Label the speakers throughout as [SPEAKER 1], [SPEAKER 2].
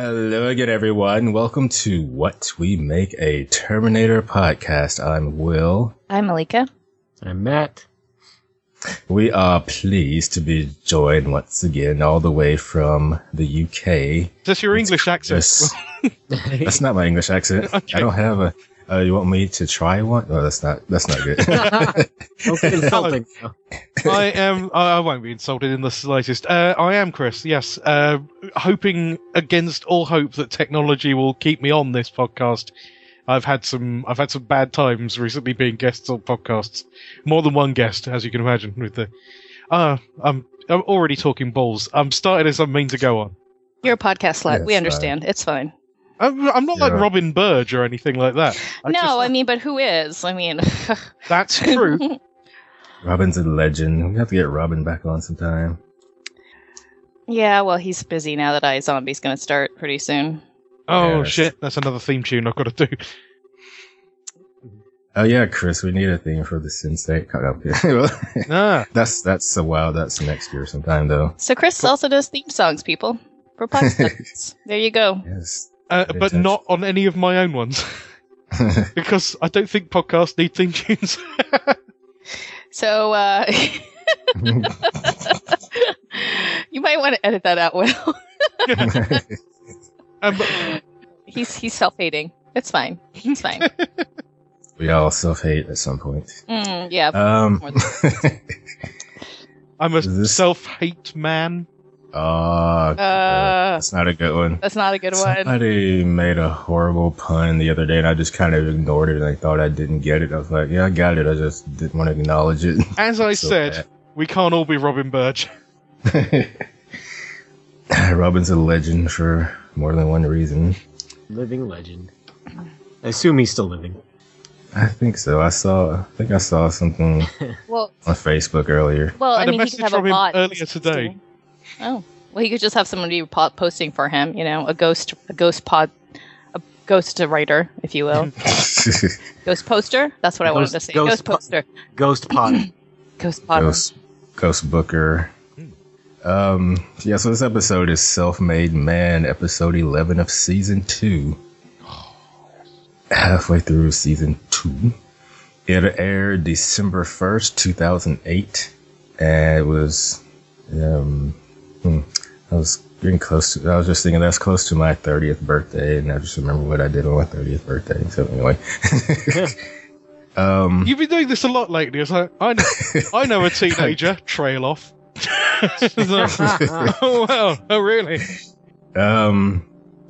[SPEAKER 1] good, everyone? Welcome to What We Make a Terminator podcast. I'm Will.
[SPEAKER 2] I'm Malika.
[SPEAKER 3] I'm Matt.
[SPEAKER 1] We are pleased to be joined once again, all the way from the UK.
[SPEAKER 4] That's your English accent.
[SPEAKER 1] Chris. That's not my English accent. I don't have a. Uh, you want me to try one? No, that's not. That's not good.
[SPEAKER 3] Okay, insulting.
[SPEAKER 4] I am. I I won't be insulted in the slightest. Uh, I am Chris. Yes, uh, hoping against all hope that technology will keep me on this podcast. I've had some. I've had some bad times recently being guests on podcasts. More than one guest, as you can imagine. With the, uh, I'm. I'm already talking balls. I'm starting as I'm mean to go on.
[SPEAKER 2] You're a podcast slut.
[SPEAKER 1] Yeah,
[SPEAKER 2] we
[SPEAKER 1] it's
[SPEAKER 2] understand. It's fine.
[SPEAKER 4] I'm, I'm not like
[SPEAKER 1] Yeah.
[SPEAKER 4] Robin Burge or anything like that. I
[SPEAKER 2] no,
[SPEAKER 4] just-
[SPEAKER 2] I mean, but who is? I mean,
[SPEAKER 4] that's true.
[SPEAKER 1] Robin's a legend. We have to get Robin back on sometime.
[SPEAKER 2] yeah, well, he's busy now that iZombie's going to start pretty soon.
[SPEAKER 4] Oh
[SPEAKER 1] Yes.
[SPEAKER 4] shit, that's another theme tune I've got to do.
[SPEAKER 1] Oh yeah, Chris, we need a theme for the Sensei. Cut up here.
[SPEAKER 4] Ah,
[SPEAKER 1] that's that's a while. That's next year sometime though.
[SPEAKER 2] So Chris also does theme songs, people. For podcasts. there you go.
[SPEAKER 1] Yes.
[SPEAKER 4] uh,
[SPEAKER 1] Good
[SPEAKER 4] but
[SPEAKER 1] touch.
[SPEAKER 4] not on any of my own ones because I don't think podcasts need theme tunes.
[SPEAKER 2] So uh, you might want to edit that out, Will.
[SPEAKER 4] um,
[SPEAKER 2] he's he's self-hating. It's fine. It's fine.
[SPEAKER 1] we all self hate at some point.
[SPEAKER 2] Mm, yeah.
[SPEAKER 1] Um.
[SPEAKER 2] More
[SPEAKER 4] I'm a
[SPEAKER 1] Is this-
[SPEAKER 4] self-hate man.
[SPEAKER 1] Ah,
[SPEAKER 2] Uh,
[SPEAKER 1] that's not a good one.
[SPEAKER 2] that's not a good one.
[SPEAKER 1] Somebody made a horrible pun the other day, and I just kind of ignored it. And I thought I didn't get it. I was like, "Yeah, I got it. I just didn't want to acknowledge it."
[SPEAKER 4] As I
[SPEAKER 1] So
[SPEAKER 4] said, we can't all be Robin Birch.
[SPEAKER 1] bad. Robin's a legend for more than one reason.
[SPEAKER 3] Living legend. I assume he's still living.
[SPEAKER 1] I think so. I saw. I think I saw something
[SPEAKER 2] Well,
[SPEAKER 1] on Facebook earlier.
[SPEAKER 2] Well,
[SPEAKER 4] I
[SPEAKER 2] I
[SPEAKER 4] had a
[SPEAKER 2] mean, he could
[SPEAKER 4] message
[SPEAKER 2] have a
[SPEAKER 4] from him
[SPEAKER 2] bot
[SPEAKER 4] earlier
[SPEAKER 2] just
[SPEAKER 4] today.
[SPEAKER 2] posting. Oh, well, he could just have somebody po- posting for him. You know, a ghost, a ghost pod, a ghost writer, if you will, ghost poster. That's what I wanted to
[SPEAKER 3] Ghost-
[SPEAKER 2] say. Ghost,
[SPEAKER 3] ghost po-
[SPEAKER 2] poster,
[SPEAKER 3] Ghost pot.
[SPEAKER 2] ghost pod.
[SPEAKER 1] Ghost, Ghost Booker. Um, yeah, so this episode is Self Made Man, episode 11 of season two. Halfway through season two. It aired December 1st, 2008. And it was, um, hmm, I was getting close to, I was just thinking that's close to my 30th birthday, and I just remember what I did on my 30th birthday. So, anyway. um,
[SPEAKER 4] You've been doing this a lot lately. It's like I know, I know a teenager. Trail off. oh wow! Oh really?
[SPEAKER 1] Um,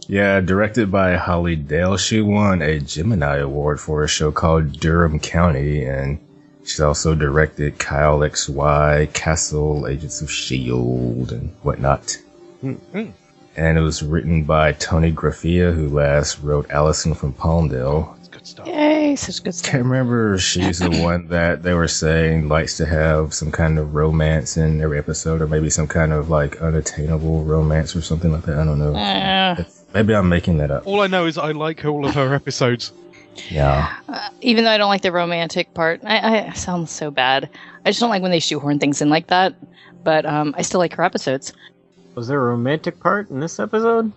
[SPEAKER 1] yeah, directed by Holly Dale. She won a Gemini Award for a show called Durham County, and she's also directed Kyle XY, Castle, Agents of S.H.I.E.L.D., E and whatnot.
[SPEAKER 4] Mm-mm.
[SPEAKER 1] And it was written by Tony Graffia, who last wrote Allison from Palmdale.
[SPEAKER 4] That's good stuff.
[SPEAKER 2] Yay, such good stuff.
[SPEAKER 1] Can't remember if she's the one that they were saying likes to have some kind of romance in every episode, or maybe some kind of like unattainable romance or something like that. I don't know.
[SPEAKER 2] Uh,
[SPEAKER 1] Maybe I'm making that up.
[SPEAKER 4] All I know is I like all of her episodes.
[SPEAKER 1] Yeah.
[SPEAKER 2] uh, even though I don't like the romantic part, I, I sound so bad. I just don't like when they shoehorn things in like that. But um, I still like her episodes.
[SPEAKER 3] Was there a romantic part in this episode?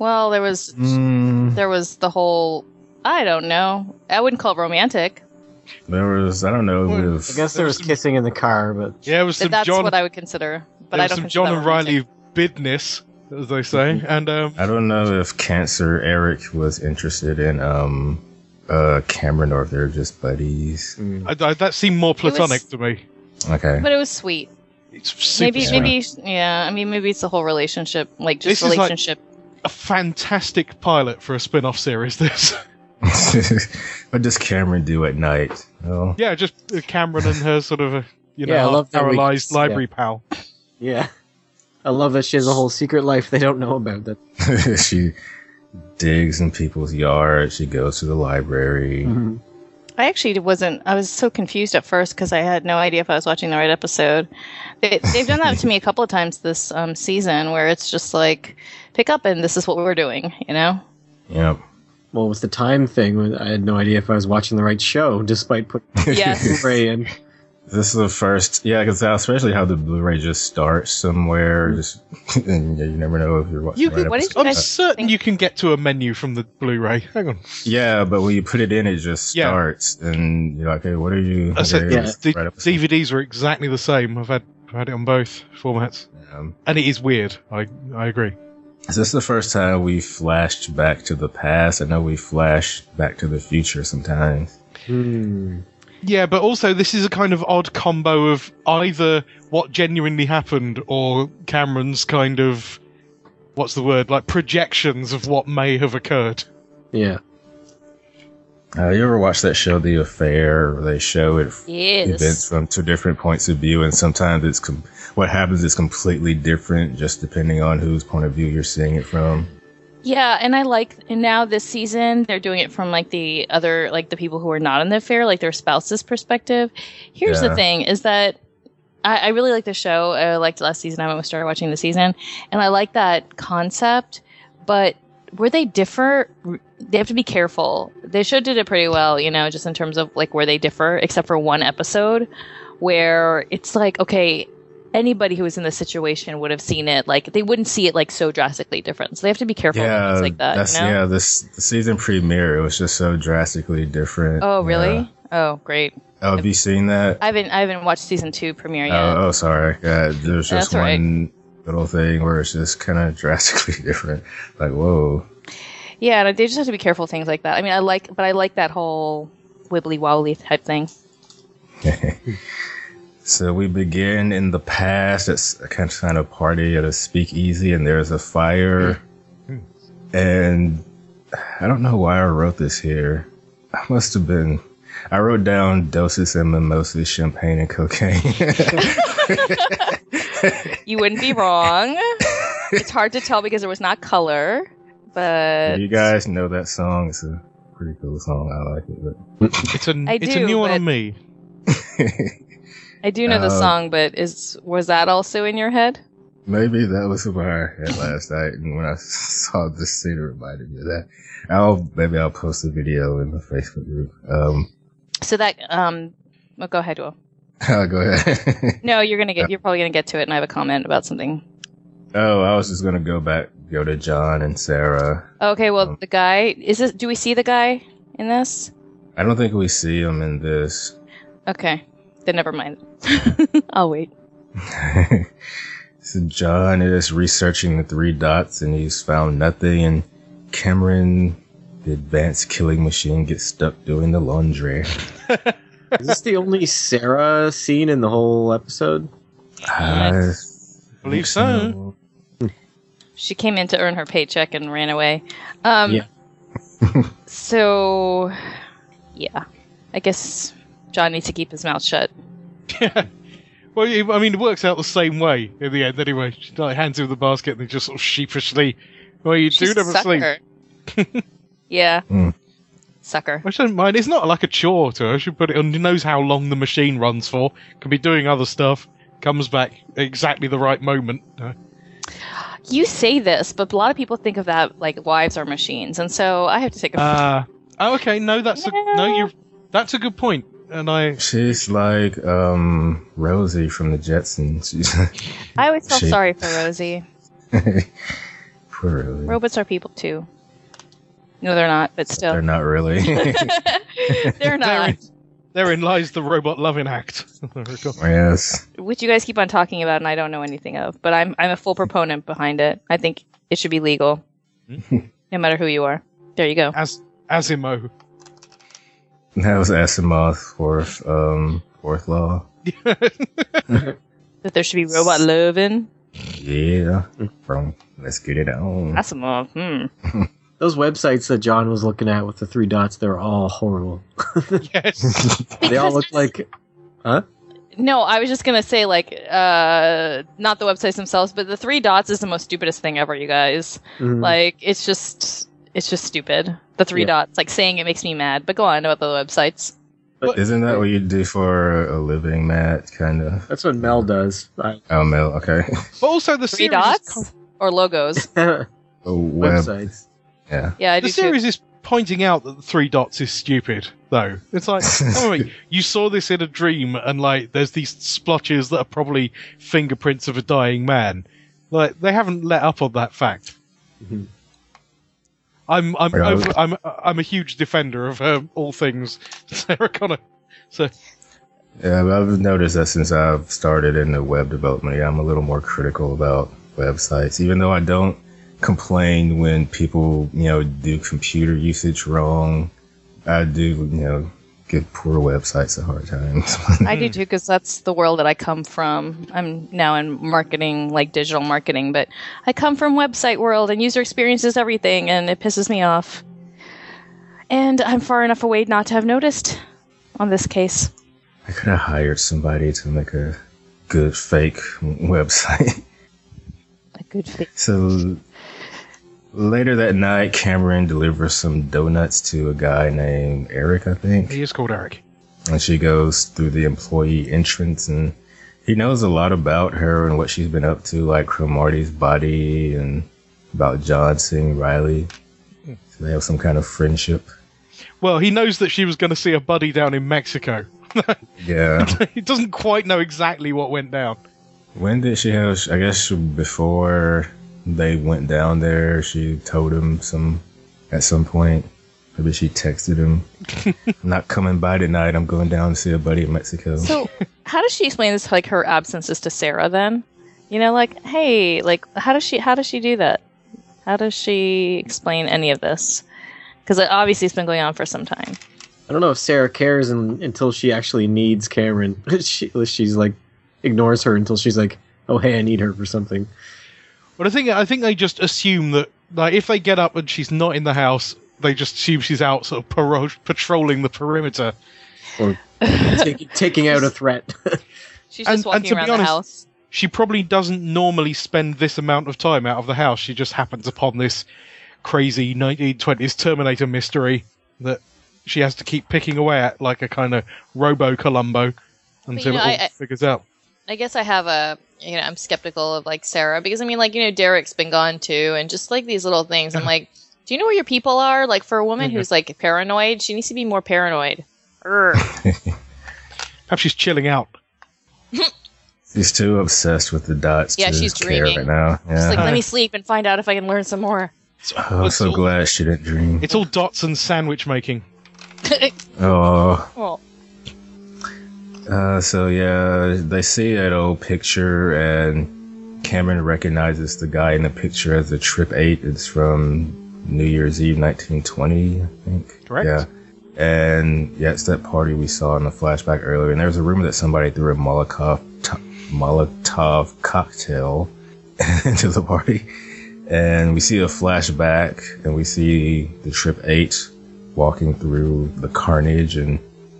[SPEAKER 2] Well, there was
[SPEAKER 3] Hmm.
[SPEAKER 1] Mm,
[SPEAKER 2] there was the whole. I don't know. I wouldn't call it romantic.
[SPEAKER 1] there was, I don't know,
[SPEAKER 4] Well,
[SPEAKER 1] with,
[SPEAKER 3] Hmm. I guess there was kissing in the car, but
[SPEAKER 4] Yeah, it was
[SPEAKER 2] Th-
[SPEAKER 4] some
[SPEAKER 2] that's
[SPEAKER 4] John.
[SPEAKER 2] what I would consider. But
[SPEAKER 4] there
[SPEAKER 2] I
[SPEAKER 4] was
[SPEAKER 2] don't
[SPEAKER 4] some
[SPEAKER 2] consider
[SPEAKER 4] John
[SPEAKER 2] that
[SPEAKER 4] and
[SPEAKER 2] romantic.
[SPEAKER 4] Riley bidness, as they say, and um,
[SPEAKER 1] I don't know if Cancer Eric was interested in um uh Cameron or if they're just buddies.
[SPEAKER 3] mm,
[SPEAKER 4] I, I- that seemed more
[SPEAKER 2] was-
[SPEAKER 4] platonic to me.
[SPEAKER 1] Okay.
[SPEAKER 2] But it was sweet.
[SPEAKER 4] It's super
[SPEAKER 2] Maybe,
[SPEAKER 1] sweet.
[SPEAKER 2] maybe, yeah. I mean, maybe it's the whole relationship, like just
[SPEAKER 4] This is like-
[SPEAKER 2] relationship.
[SPEAKER 4] a fantastic pilot for a spin-off series. This,
[SPEAKER 1] what does Cameron do at night? Well,
[SPEAKER 4] yeah, just uh, Cameron and her sort of, uh, you know,
[SPEAKER 3] Yeah, I love that we-
[SPEAKER 4] paralyzed
[SPEAKER 3] yeah.
[SPEAKER 4] library pal.
[SPEAKER 3] yeah. I love that she has a whole secret life they don't know about. That
[SPEAKER 1] she digs in people's yards. She goes to the library.
[SPEAKER 3] Mhm.
[SPEAKER 2] I actually wasn't. I was so confused at first because I had no idea if I was watching the right episode. They, they've done that to me a couple of times this um, season, where it's just like, pick up and this is what we're doing. You know?
[SPEAKER 1] Yep.
[SPEAKER 3] well, with the time thing, I had no idea if I was watching the right show, despite putting
[SPEAKER 2] Yes.
[SPEAKER 3] Ray in.
[SPEAKER 1] this is the first, yeah, because especially how the Blu-ray just starts somewhere, just and yeah, you never know if you're watching.
[SPEAKER 4] You
[SPEAKER 1] the
[SPEAKER 4] could-
[SPEAKER 1] right
[SPEAKER 2] what did
[SPEAKER 1] episode.
[SPEAKER 4] I'm
[SPEAKER 2] I
[SPEAKER 4] certain
[SPEAKER 2] think-
[SPEAKER 4] you can get to a menu from the Blu-ray. Hang on.
[SPEAKER 1] Yeah, but when you put it in, it just
[SPEAKER 4] Yeah.
[SPEAKER 1] starts, and you're like, "Hey, what are you?"
[SPEAKER 4] I said
[SPEAKER 1] okay,
[SPEAKER 3] yeah,
[SPEAKER 1] it's
[SPEAKER 4] The
[SPEAKER 1] right episode.
[SPEAKER 4] DVDs are exactly the same. I've had I've had it on both formats,
[SPEAKER 1] Um,
[SPEAKER 4] and it is weird. I I agree.
[SPEAKER 1] Is this the first time we flashed back to the past? I know we flash back to the future sometimes.
[SPEAKER 3] Hmm.
[SPEAKER 4] Yeah, but also this is a kind of odd combo of either what genuinely happened or Cameron's kind of what's the word like projections of what may have occurred.
[SPEAKER 3] Yeah.
[SPEAKER 1] Uh, you ever watch that show, The Affair? Where they show it
[SPEAKER 2] Yeah,
[SPEAKER 1] events
[SPEAKER 2] this,
[SPEAKER 1] from two different points of view, and sometimes it's com- what happens is completely different, just depending on whose point of view you're seeing it from.
[SPEAKER 2] yeah, and I like and now this season they're doing it from like the other like the people who are not in the affair, like their spouse's perspective. Here's
[SPEAKER 1] Yeah.
[SPEAKER 2] the thing: is that I, I really like the show. I liked last season. I almost started watching the season, and I like that concept. But where they differ, r- they have to be careful. They should did it pretty well, you know, just in terms of like where they differ, except for one episode where it's like okay. Anybody who was in this situation would have seen it. Like they wouldn't see it like so drastically different. So they have to be careful yeah,
[SPEAKER 1] Yeah,
[SPEAKER 2] things like that.
[SPEAKER 1] that's
[SPEAKER 2] you know?
[SPEAKER 1] yeah. This the season premiere, it was just so drastically different.
[SPEAKER 2] Oh really?
[SPEAKER 1] Yeah.
[SPEAKER 2] Oh great.
[SPEAKER 1] Oh, have you seen that?
[SPEAKER 2] I haven't I haven't watched season two premiere yet.
[SPEAKER 1] Oh, oh, sorry. Yeah, there's
[SPEAKER 2] Yeah,
[SPEAKER 1] just
[SPEAKER 2] that's all right.
[SPEAKER 1] one little thing where it's just kind of drastically different. Like, whoa.
[SPEAKER 2] Yeah, and they just have to be careful with things like that. I mean, I like, but I like that whole wibbly wobbly type thing.
[SPEAKER 1] So we begin in the past. It's a kind of kind of party at a speakeasy, and there's a fire. And I don't know why I wrote this here. I must have been. I wrote down doses and mimosas, champagne and cocaine.
[SPEAKER 2] You wouldn't be wrong. it's hard to tell because there was not color, but
[SPEAKER 1] you guys know that song. It's a pretty cool song. I like it. But
[SPEAKER 4] It's a
[SPEAKER 2] I
[SPEAKER 4] it's a
[SPEAKER 2] do,
[SPEAKER 4] new one
[SPEAKER 2] but-
[SPEAKER 4] on me.
[SPEAKER 2] I do know the
[SPEAKER 1] Uh,
[SPEAKER 2] song. But is was that also in your head?
[SPEAKER 1] Maybe that was what I had last night, and when I saw this scene, it reminded me of that. I'll maybe I'll post a video in the Facebook group. Um,
[SPEAKER 2] So that um, well, go ahead, Will.
[SPEAKER 1] I'll go ahead.
[SPEAKER 2] No, you're gonna get. You're probably gonna get to it, and I have a comment about something.
[SPEAKER 1] oh, I was just gonna go back, go to John and Sarah.
[SPEAKER 2] Okay, well,
[SPEAKER 1] Um,
[SPEAKER 2] the guy is this. Do we see the guy in this?
[SPEAKER 1] I don't think we see him in this.
[SPEAKER 2] Okay, then never mind. I'll wait.
[SPEAKER 1] so John is researching the three dots, and he's found nothing. And Cameron, the advanced killing machine, gets stuck doing the laundry.
[SPEAKER 3] Is this the only Sarah scene in the whole episode?
[SPEAKER 1] I
[SPEAKER 4] Believe so.
[SPEAKER 2] She came in to earn her paycheck and ran away. Um,
[SPEAKER 3] Yeah.
[SPEAKER 2] so, yeah. I guess John needs to keep his mouth shut.
[SPEAKER 4] Yeah. Well, it- I mean, it works out the same way in the end, anyway. She like, hands him the basket and he just sort of sheepishly, well, you do
[SPEAKER 2] She's
[SPEAKER 4] never
[SPEAKER 2] a
[SPEAKER 4] sleep.
[SPEAKER 2] sucker. yeah.
[SPEAKER 1] Mm.
[SPEAKER 2] Sucker.
[SPEAKER 4] Which I don't mind. It's not like a chore to her. She put it on. Knows how long the machine runs for. Can be doing other stuff. Comes back at exactly the right moment. Uh,
[SPEAKER 2] You say this, but a lot of people think of that like wives are machines, and so I have to take a.
[SPEAKER 4] Uh, oh, okay. No, that's a, no.
[SPEAKER 2] Yeah.
[SPEAKER 4] You. That's a good point. And I.
[SPEAKER 1] She's like um Rosie from the Jetsons. She's
[SPEAKER 2] I always felt
[SPEAKER 1] she-
[SPEAKER 2] sorry for Rosie.
[SPEAKER 1] poor Rosie.
[SPEAKER 2] Robots are people too. No, they're not, but
[SPEAKER 1] They're
[SPEAKER 2] still,
[SPEAKER 1] not really.
[SPEAKER 2] they're not.
[SPEAKER 4] Therein lies the robot loving act. There we go.
[SPEAKER 1] Oh, yes.
[SPEAKER 2] which you guys keep on talking about and I don't know anything of, but I'm I'm a full proponent behind it. I think it should be legal. no matter who you are. There you go.
[SPEAKER 4] As Asimo.
[SPEAKER 1] That was Asimov's fourth um fourth law.
[SPEAKER 2] That there should be robot loving.
[SPEAKER 1] Yeah. From let's get it on.
[SPEAKER 2] That's a mo- hmm.
[SPEAKER 3] Those websites that John was looking at with the three dots, they're all horrible.
[SPEAKER 4] yes.
[SPEAKER 3] they all look like
[SPEAKER 2] No, I was just gonna say like uh not the websites themselves, but the three dots is the most stupidest thing ever, you guys.
[SPEAKER 3] mm,
[SPEAKER 2] Like it's just it's just stupid. The three
[SPEAKER 3] Yeah.
[SPEAKER 2] dots. Like saying it makes me mad, but go on about the websites.
[SPEAKER 1] Isn't that what you do for a living, Matt? Kind of.
[SPEAKER 3] that's what Mel does. I,
[SPEAKER 1] Oh, Mel. Okay.
[SPEAKER 4] But also the
[SPEAKER 2] Three
[SPEAKER 4] series. Is,
[SPEAKER 2] dots or logos.
[SPEAKER 1] Oh, web.
[SPEAKER 3] websites.
[SPEAKER 1] Yeah.
[SPEAKER 2] Yeah, I
[SPEAKER 4] the
[SPEAKER 2] do too.
[SPEAKER 4] series is pointing out that the three dots is stupid, though. It's like, come on, mate, you saw this in a dream, and like, there's these splotches that are probably fingerprints of a dying man. Like, they haven't let up on that fact.
[SPEAKER 3] Mhm.
[SPEAKER 4] I'm I'm
[SPEAKER 1] Yeah, I was-
[SPEAKER 4] over, I'm I'm a huge defender of um, all things Sarah Connor. So
[SPEAKER 1] Yeah, but I've noticed that since I've started in the web development, yeah, I'm a little more critical about websites, even though I don't complain when people, you know, do computer usage wrong. I do, you know, give poor websites a hard time.
[SPEAKER 2] I do too because that's the world that I come from. I'm now in marketing, like digital marketing, but I come from website world and user experience is everything, and it pisses me off. And I'm far enough away not to have noticed on this case.
[SPEAKER 1] I could have hired somebody to make a good fake website.
[SPEAKER 2] A good fit.
[SPEAKER 1] So later that night, Cameron delivers some donuts to a guy named Eric, I think.
[SPEAKER 4] he is called Eric.
[SPEAKER 1] And she goes through the employee entrance, and he knows a lot about her and what she's been up to, like from Marty's body and about John seeing Riley. So they have some kind of friendship.
[SPEAKER 4] Well, he knows that she was going to see a buddy down in Mexico.
[SPEAKER 1] Yeah.
[SPEAKER 4] he doesn't quite know exactly what went down.
[SPEAKER 1] When did she have? I guess before they went down there, she told him some at some point. Maybe she texted him, "I'm "Not coming by tonight. I'm going down to see a buddy in Mexico."
[SPEAKER 2] So, how does she explain this? Like her absences to Sarah, then, you know, like, hey, like, how does she? How does she do that? How does she explain any of this? Because obviously it's been going on for some time.
[SPEAKER 3] I don't know if Sarah cares un until she actually needs Cameron. she, she's like ignores her until she's like, "Oh hey, I need her for something."
[SPEAKER 4] But I think I think they just assume that like if they get up and she's not in the house, they just assume she's out sort of paro- patrolling the perimeter.
[SPEAKER 3] Or take, taking out a threat.
[SPEAKER 2] She's
[SPEAKER 4] And-
[SPEAKER 2] just
[SPEAKER 4] and
[SPEAKER 2] walking
[SPEAKER 4] to be
[SPEAKER 2] around the
[SPEAKER 4] honest-
[SPEAKER 2] house.
[SPEAKER 4] She probably doesn't normally spend this amount of time out of the house. She just happens upon this crazy 1920s Terminator mystery that she has to keep picking away at like a kind of Robo Columbo until
[SPEAKER 2] know,
[SPEAKER 4] it all
[SPEAKER 2] I- I-
[SPEAKER 4] figures out.
[SPEAKER 2] I guess I have a you know I'm skeptical of like Sarah because I mean like you know Derek's been gone too and just like these little things I'm like do you know where your people are like for a woman
[SPEAKER 4] Yeah.
[SPEAKER 2] who's like paranoid she needs to be more paranoid. Err.
[SPEAKER 4] Perhaps she's chilling out.
[SPEAKER 1] she's too obsessed with the dots.
[SPEAKER 2] Yeah,
[SPEAKER 1] to
[SPEAKER 2] she's
[SPEAKER 1] care right
[SPEAKER 2] dreaming.
[SPEAKER 1] now.
[SPEAKER 2] Just
[SPEAKER 1] Yeah,
[SPEAKER 2] like let me sleep and find out if I can learn some more.
[SPEAKER 1] oh, I'm
[SPEAKER 4] it's,
[SPEAKER 1] so
[SPEAKER 4] all,
[SPEAKER 1] glad she didn't dream.
[SPEAKER 4] it's all dots and sandwich making.
[SPEAKER 1] Oh,
[SPEAKER 2] well,
[SPEAKER 1] uh, so yeah, they see that old picture, and Cameron recognizes the guy in the picture as the Trip Eight. It's from New Year's Eve, 1920, I think.
[SPEAKER 4] Correct.
[SPEAKER 1] Yeah. And yeah, it's that party we saw in the flashback earlier. And there was a rumor that somebody threw a Molotov, to- Molotov cocktail into the party. And we see a flashback and we see the Trip 8 walking through the carnage. And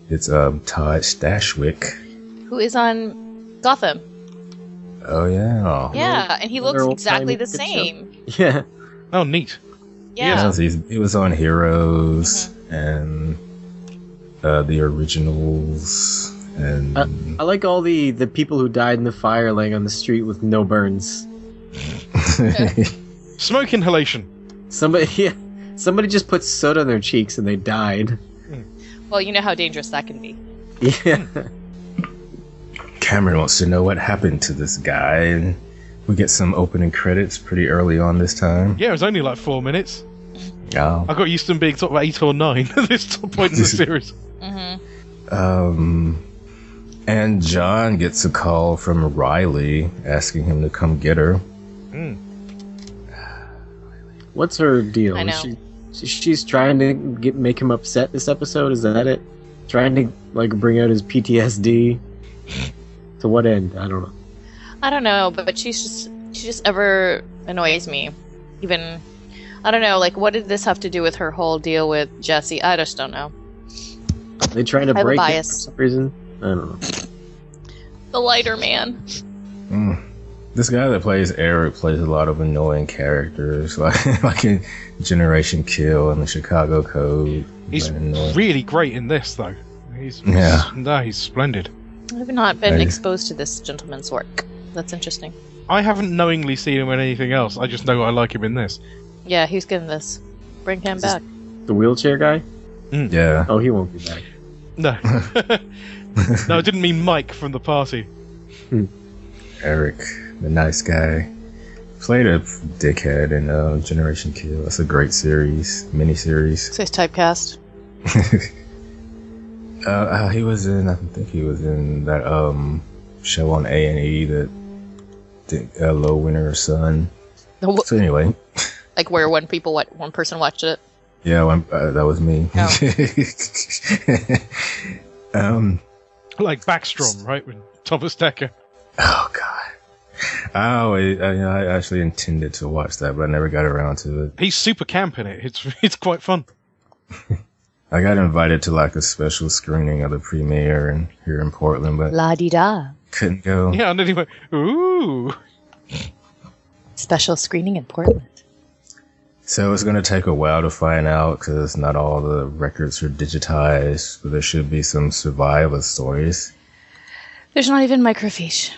[SPEAKER 1] it's um, Todd Stashwick.
[SPEAKER 2] who is on Gotham?
[SPEAKER 1] Oh, yeah.
[SPEAKER 2] Yeah, and he
[SPEAKER 3] Another
[SPEAKER 2] looks exactly
[SPEAKER 3] old-timey
[SPEAKER 2] the
[SPEAKER 3] good show.
[SPEAKER 2] same.
[SPEAKER 3] yeah,
[SPEAKER 4] Oh, neat.
[SPEAKER 2] Yeah.
[SPEAKER 1] Yes, he's- he was on Heroes and uh, the Originals. And
[SPEAKER 3] Uh, I like all the the people who died in the fire laying on the street with no burns.
[SPEAKER 4] Smoke inhalation.
[SPEAKER 3] Somebody, yeah, somebody just put soot on their cheeks and they died.
[SPEAKER 2] Well, you know how dangerous that can be.
[SPEAKER 3] Yeah,
[SPEAKER 1] Cameron wants to know what happened to this guy, and we get some opening credits pretty early on this time.
[SPEAKER 4] Yeah, it was only like four minutes.
[SPEAKER 1] Yeah.
[SPEAKER 4] I got used to them being sort of eight or nine at this point in the series.
[SPEAKER 2] Mm-hmm.
[SPEAKER 1] Um, and John gets a call from Riley asking him to come get her.
[SPEAKER 3] what's her deal?
[SPEAKER 2] I
[SPEAKER 3] Is
[SPEAKER 2] know.
[SPEAKER 3] She, she's trying to get make him upset this episode. Is that it? Trying to like bring out his PTSD. to what end? I don't know.
[SPEAKER 2] I don't know, but, but she's just she just ever annoys me. Even I don't know, like what did this have to do with her whole deal with Jesse? I just don't know.
[SPEAKER 3] They trying to
[SPEAKER 2] I have a
[SPEAKER 3] break it for
[SPEAKER 2] bias.
[SPEAKER 3] some reason. I don't know.
[SPEAKER 2] The lighter man.
[SPEAKER 1] Mm. This guy that plays Eric plays a lot of annoying characters, like like in Generation Kill and the Chicago Code.
[SPEAKER 4] He's
[SPEAKER 1] Very annoying.
[SPEAKER 4] really great in this, though. He's
[SPEAKER 1] Yeah.
[SPEAKER 4] no, he's splendid.
[SPEAKER 2] I've not been
[SPEAKER 1] Right.
[SPEAKER 2] exposed to this gentleman's work. That's interesting.
[SPEAKER 4] I haven't knowingly seen him in anything else. I just know I like him in this.
[SPEAKER 2] Yeah, he's good in this. Bring him
[SPEAKER 3] This is-
[SPEAKER 2] back.
[SPEAKER 3] The wheelchair guy?
[SPEAKER 1] Yeah.
[SPEAKER 3] Oh, he won't be back.
[SPEAKER 4] No. no, I didn't mean Mike from the party.
[SPEAKER 1] Eric, the nice guy, played a dickhead in uh, Generation Kill. That's a great series, miniseries.
[SPEAKER 5] So he's typecast.
[SPEAKER 1] Uh, uh, he was in, I think he was in that um show on A and E that did, uh, Low Winter Sun.
[SPEAKER 5] Wh-
[SPEAKER 1] So anyway,
[SPEAKER 5] Like where one people, what one person watched it.
[SPEAKER 1] yeah, well, uh, that was me. um.
[SPEAKER 4] Like Backstrom, right? With Thomas Decker.
[SPEAKER 1] Oh God. I always, I, I actually intended to watch that, but I never got around to it.
[SPEAKER 4] He's super camp in it. It's it's quite fun.
[SPEAKER 1] I got invited to like a special screening of the premiere in, here in Portland, but
[SPEAKER 5] La di da.
[SPEAKER 1] couldn't go.
[SPEAKER 4] Yeah, and then he went, ooh.
[SPEAKER 5] Special screening in Portland.
[SPEAKER 1] So it's going to take a while to find out because not all the records are digitized. But there should be some survivor stories.
[SPEAKER 5] There's not even microfiche.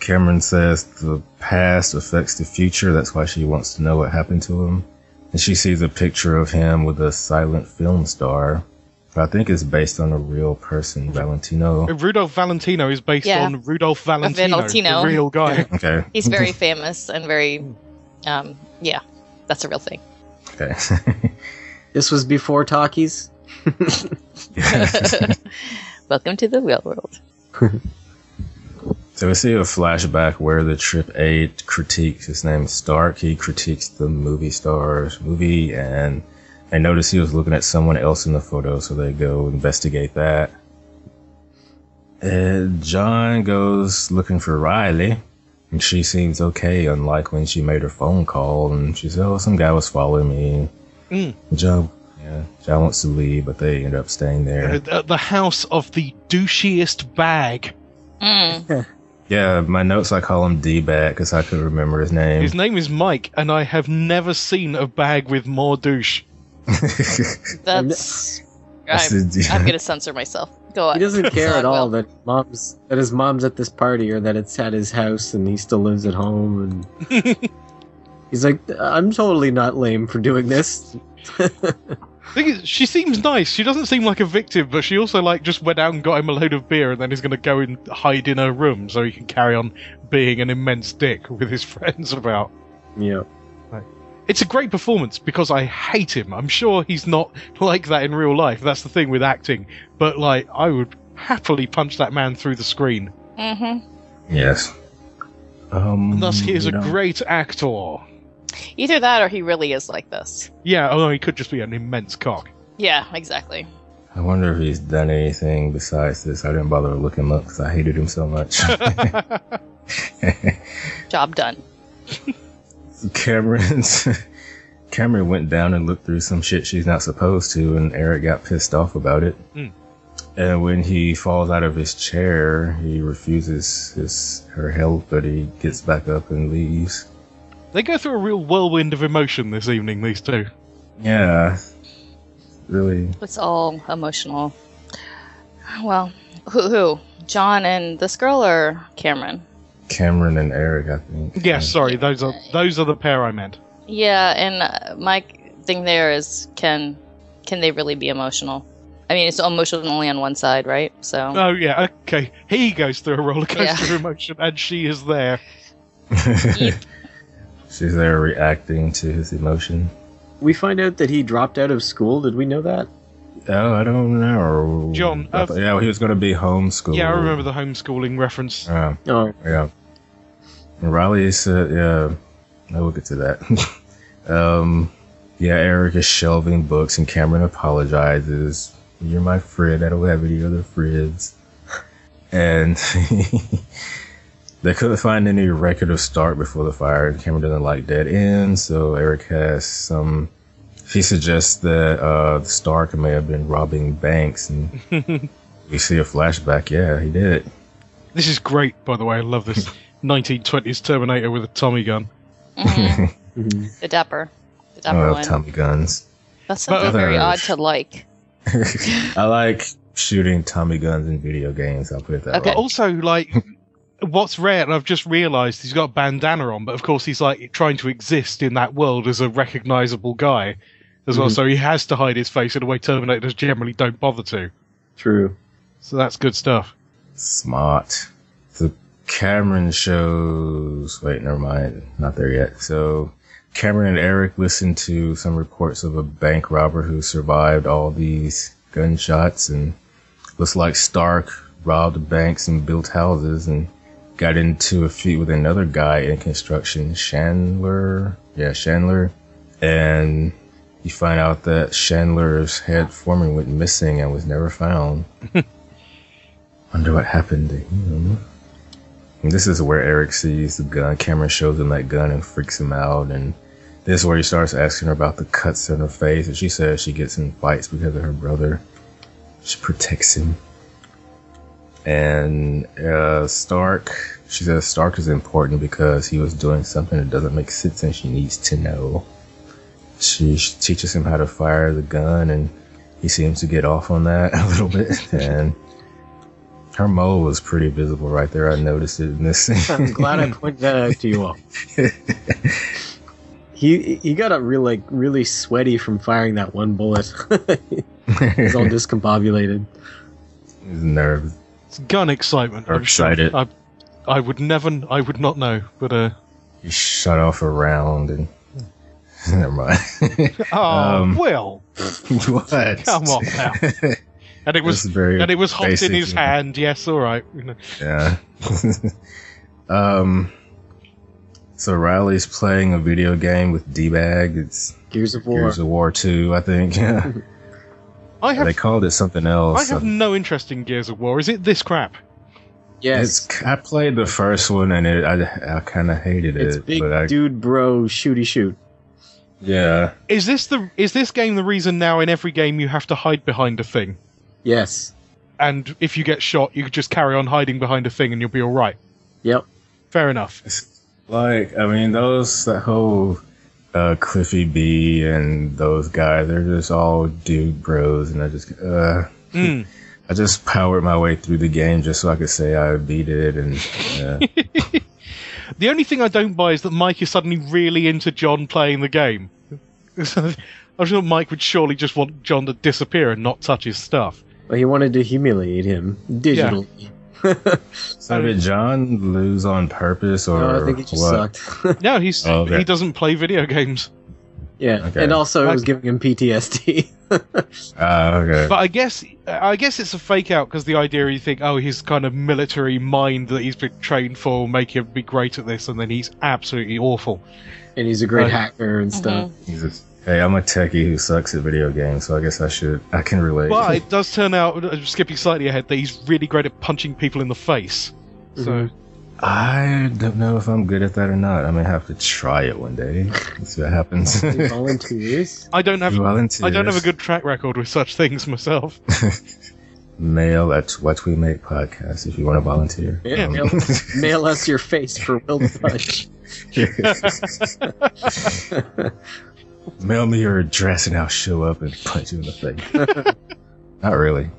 [SPEAKER 1] Cameron says the past affects the future. That's why she wants to know what happened to him. And she sees a picture of him with a silent film star. I think it's based on a real person, Valentino.
[SPEAKER 4] Rudolph Valentino is based
[SPEAKER 5] Yeah.
[SPEAKER 4] on Rudolph Valentino,
[SPEAKER 5] Valentino.
[SPEAKER 4] the real guy.
[SPEAKER 1] Okay.
[SPEAKER 5] He's very famous and very, um, yeah, that's a real thing.
[SPEAKER 1] Okay.
[SPEAKER 3] This was before talkies?
[SPEAKER 5] Welcome to the real world.
[SPEAKER 1] So we see a flashback where the Trip Eight critiques his name is Stark. He critiques the movie stars movie, and they notice he was looking at someone else in the photo, so they go investigate that. And John goes looking for Riley, and she seems okay, unlike when she made her phone call and she said, "Oh, some guy was following me."
[SPEAKER 4] Mm.
[SPEAKER 1] John, yeah, John wants to leave, but they end up staying there.
[SPEAKER 4] At the house of the douchiest bag.
[SPEAKER 5] Mm.
[SPEAKER 1] Yeah, my notes I call him D Bag because I couldn't remember his name.
[SPEAKER 4] His name is Mike, and I have never seen a bag with more douche.
[SPEAKER 5] That's.
[SPEAKER 1] I
[SPEAKER 5] I'm,
[SPEAKER 1] said,
[SPEAKER 5] I'm gonna censor myself. Go on.
[SPEAKER 3] He doesn't care
[SPEAKER 5] Son
[SPEAKER 3] at all
[SPEAKER 5] will.
[SPEAKER 3] that mom's that his mom's at this party or that it's at his house and he still lives at home and he's like, I'm totally not lame for doing this.
[SPEAKER 4] thing is, she seems nice. She doesn't seem like a victim, but she also like just went out and got him a load of beer, and then is going to go and hide in her room so he can carry on being an immense dick with his friends about.
[SPEAKER 3] Yeah.
[SPEAKER 4] It's a great performance because I hate him. I'm sure he's not like that in real life. That's the thing with acting. But like, I would happily punch that man through the screen.
[SPEAKER 5] Mm-hmm.
[SPEAKER 1] Yes. Um,
[SPEAKER 4] Thus, he is a
[SPEAKER 1] you know,
[SPEAKER 4] great actor.
[SPEAKER 5] Either that, or he really is like this.
[SPEAKER 4] Yeah, although he could just be an immense cock.
[SPEAKER 5] Yeah, exactly.
[SPEAKER 1] I wonder if he's done anything besides this. I didn't bother to look him up because I hated him so much.
[SPEAKER 5] Job done.
[SPEAKER 1] Cameron's Cameron went down and looked through some shit she's not supposed to, and Eric got pissed off about it.
[SPEAKER 4] Mm.
[SPEAKER 1] And when he falls out of his chair, he refuses his her help, but he gets back up and leaves.
[SPEAKER 4] They go through a real whirlwind of emotion this evening. These two.
[SPEAKER 1] Yeah, really.
[SPEAKER 5] It's all emotional. Well, who? who? John and this girl, or Cameron?
[SPEAKER 1] Cameron and Eric, I think.
[SPEAKER 4] Yes, sorry, those are those are the pair I meant.
[SPEAKER 5] Yeah, and uh, my thing there is can can they really be emotional? I mean, it's emotional only on one side, right?
[SPEAKER 2] Um,
[SPEAKER 5] So
[SPEAKER 4] Oh yeah, okay. He goes through a roller
[SPEAKER 5] Yeah.
[SPEAKER 4] coaster of emotion, and she is there.
[SPEAKER 1] she's there reacting to his emotion.
[SPEAKER 3] We find out that he dropped out of school. Did we know that?
[SPEAKER 1] Oh, I don't know.
[SPEAKER 4] John,
[SPEAKER 1] I
[SPEAKER 4] uh,
[SPEAKER 1] thought- yeah, he was going to be homeschooled. Uh,
[SPEAKER 4] Yeah, I remember the homeschooling reference.
[SPEAKER 1] Yeah,
[SPEAKER 3] Oh,
[SPEAKER 1] yeah. And Riley said, "Yeah, I will get to that." um, yeah, Eric is shelving books, and Cameron apologizes. You're my friend. I don't have any other friends. And they couldn't find any record of Stark before the fire. and Cameron doesn't like dead ends, so Eric has some. He suggests that uh, Stark may have been robbing banks, and we see a flashback. Yeah, he did.
[SPEAKER 4] This is great, by the way. I love this 1920s Terminator with a Tommy gun.
[SPEAKER 2] Mm-hmm.
[SPEAKER 5] mhm.
[SPEAKER 3] mhm.
[SPEAKER 5] the dapper, the
[SPEAKER 1] I
[SPEAKER 5] dapper
[SPEAKER 1] love
[SPEAKER 5] one.
[SPEAKER 1] Tommy guns.
[SPEAKER 5] That's something
[SPEAKER 1] Oh, But-
[SPEAKER 5] very odd to like.
[SPEAKER 1] I like shooting Tommy guns in video games. I'll put it that
[SPEAKER 5] Okay.
[SPEAKER 4] But
[SPEAKER 1] way.
[SPEAKER 4] also, like, what's rare, and I've just realised he's got a bandana on, but of course he's like trying to exist in that world as a recognisable guy. as well.
[SPEAKER 3] Mhm.
[SPEAKER 4] So he has to hide his face in a way Terminators generally don't bother to.
[SPEAKER 3] True.
[SPEAKER 4] So that's good stuff.
[SPEAKER 1] Smart. The Cameron shows. Wait, never mind. Not there yet. So Cameron and Eric listen to some reports of a bank robber who survived all these gunshots and looks like Stark robbed banks and built houses and got into a feud with another guy in construction, Chandler. Yeah, Chandler. And you find out that Chandler's head foreman went missing and was never found. Wonder what happened to him. And this is where Eric sees the gun. Cameron shows him that gun and freaks him out. And this is where he starts asking her about the cuts in her face. And she says she gets in fights because of her brother. She protects him. And uh, Stark, she says Stark is important because he was doing something that doesn't make sense and she needs to know. She, she teaches him how to fire the gun, and he seems to get off on that a little bit. And her mole was pretty visible right there. I noticed it in this
[SPEAKER 3] I'm
[SPEAKER 1] scene.
[SPEAKER 3] glad I pointed that out to you all. He he got up real like really sweaty from firing that one bullet. He's all discombobulated.
[SPEAKER 1] Nerves
[SPEAKER 4] It's gun excitement.
[SPEAKER 1] Or
[SPEAKER 4] I'm sure.
[SPEAKER 1] excited.
[SPEAKER 4] I, I would never, I would not know, but uh,
[SPEAKER 1] He shut off a round and never mind.
[SPEAKER 4] oh
[SPEAKER 1] Um,
[SPEAKER 4] well,
[SPEAKER 1] what?
[SPEAKER 4] come on now. And it was,
[SPEAKER 1] This is very
[SPEAKER 4] and it was hot
[SPEAKER 1] basic,
[SPEAKER 4] in his
[SPEAKER 1] yeah.
[SPEAKER 4] hand. Yes, all right. You know.
[SPEAKER 1] Yeah. um. So Riley's playing a video game with D Bag. It's
[SPEAKER 3] Gears of War.
[SPEAKER 1] Gears of War Two, I think. Yeah.
[SPEAKER 4] I
[SPEAKER 1] they
[SPEAKER 4] have,
[SPEAKER 1] called it something else.
[SPEAKER 4] I have no interest in Gears of War. Is it this crap?
[SPEAKER 3] yes.
[SPEAKER 1] It's- I played the first one and it, I, I kind of hated
[SPEAKER 3] It's,
[SPEAKER 1] it.
[SPEAKER 3] big
[SPEAKER 1] but I,
[SPEAKER 3] dude bro shooty shoot.
[SPEAKER 1] yeah.
[SPEAKER 4] Is this the, is this game the reason now in every game you have to hide behind a thing?
[SPEAKER 3] Yes.
[SPEAKER 4] And if you get shot, you could just carry on hiding behind a thing and you'll be all right.
[SPEAKER 3] Yep.
[SPEAKER 4] Fair enough.
[SPEAKER 1] It's like I mean those that whole uh, Cliffy B and those guys they're just all dude bros and I just uh,
[SPEAKER 4] Mm.
[SPEAKER 1] I just powered my way through the game just so I could say I beat it and uh,
[SPEAKER 4] The only thing I don't buy is that Mike is suddenly really into John playing the game. I'm sure Mike would surely just want John to disappear and not touch his stuff.
[SPEAKER 3] Well, he wanted to humiliate him digitally.
[SPEAKER 1] so did John lose on purpose or
[SPEAKER 3] No, Oh, I think he just
[SPEAKER 1] what?
[SPEAKER 3] sucked.
[SPEAKER 4] No, he's
[SPEAKER 1] Oh, okay.
[SPEAKER 4] he doesn't play video games.
[SPEAKER 3] yeah.
[SPEAKER 1] Okay.
[SPEAKER 3] And also, it was giving him PTSD.
[SPEAKER 1] Ah, okay.
[SPEAKER 4] But I guess I guess it's a fake out because the idea you think, oh, his kind of military mind that he's been trained for will make him be great at this, and then he's absolutely awful.
[SPEAKER 3] and he's a great
[SPEAKER 4] Right.
[SPEAKER 3] hacker and stuff.
[SPEAKER 1] He's just, hey, I'm a techie who sucks at video games, so I guess I should I can relate.
[SPEAKER 4] But it does turn out, uh, skipping slightly ahead, that he's really great at punching people in the face. So
[SPEAKER 3] Mhm.
[SPEAKER 4] Mm-hmm.
[SPEAKER 1] I don't know if I'm good at that or not. I may have to try it one day. Let's see what happens.
[SPEAKER 3] He volunteers.
[SPEAKER 4] I don't have
[SPEAKER 1] Volunteers.
[SPEAKER 4] I don't have a good track record with such things myself.
[SPEAKER 1] mail at what we make podcast if you want to volunteer
[SPEAKER 3] Yeah,
[SPEAKER 1] Um,
[SPEAKER 3] mail, mail us your face for Will Punch.
[SPEAKER 1] mail me your address and i'll show up and punch you in the face not really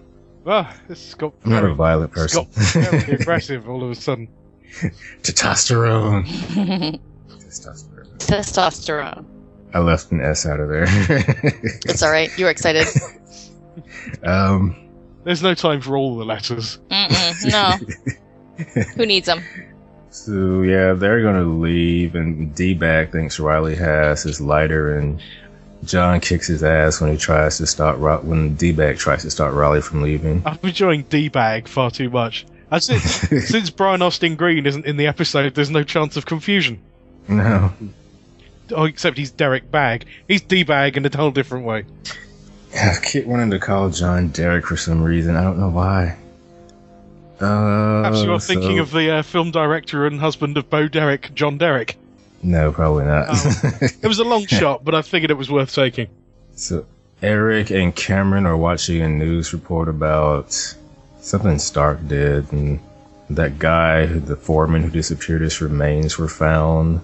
[SPEAKER 4] Well, Ah, this has got
[SPEAKER 1] i'm not
[SPEAKER 4] very-
[SPEAKER 1] a violent
[SPEAKER 4] it's
[SPEAKER 1] person
[SPEAKER 4] got very aggressive all of a sudden.
[SPEAKER 1] testosterone
[SPEAKER 5] Mhm.
[SPEAKER 1] testosterone
[SPEAKER 5] Testosterone.
[SPEAKER 1] i left an s out of there
[SPEAKER 5] That's all right. You were excited.
[SPEAKER 1] um
[SPEAKER 4] There's no time for all the letters.
[SPEAKER 5] Mm-mm, no. Who needs them?
[SPEAKER 1] so yeah they're gonna leave and d-bag thinks riley has his lighter and john kicks his ass when he tries to stop Ri- when d-bag tries to stop riley from leaving
[SPEAKER 4] I'm enjoying D-Bag far too much. And
[SPEAKER 5] Oh.
[SPEAKER 4] since, since Brian Austin Green isn't in the episode, there's no chance of confusion.
[SPEAKER 1] no
[SPEAKER 4] Oh, except he's Derek Bag. He's D-Bag in a whole different way.
[SPEAKER 1] I keep wanting to call John Derek for some reason. I don't know why. Uh,
[SPEAKER 4] Perhaps you're
[SPEAKER 1] so-
[SPEAKER 4] thinking of the uh, film director and husband of Bo Derek, John Derek.
[SPEAKER 1] No, probably not.
[SPEAKER 4] It was a long shot, but I figured it was worth taking.
[SPEAKER 1] so Eric and Cameron are watching a news report about something Stark did, and that guy, who- the foreman who disappeared, his remains were found.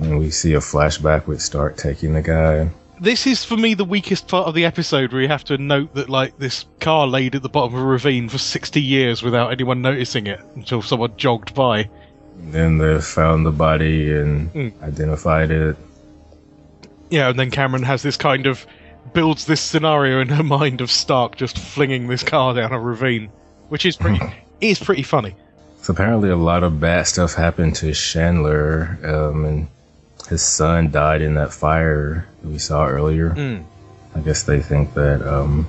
[SPEAKER 1] And we see a flashback with Stark taking the guy.
[SPEAKER 4] This is for me the weakest part of the episode, where you have to note that like this car laid at the bottom of a ravine for 60 years without anyone noticing it until someone jogged by.
[SPEAKER 1] Then they found the body and
[SPEAKER 4] Mm.
[SPEAKER 1] identified it.
[SPEAKER 4] yeah, and then Cameron has this kind of builds this scenario in her mind of Stark just flinging this car down a ravine, which is pretty is pretty funny.
[SPEAKER 1] So apparently, a lot of bad stuff happened to Chandler, um, and his son died in that fire that we saw earlier.
[SPEAKER 4] Mm.
[SPEAKER 1] I guess they think that um,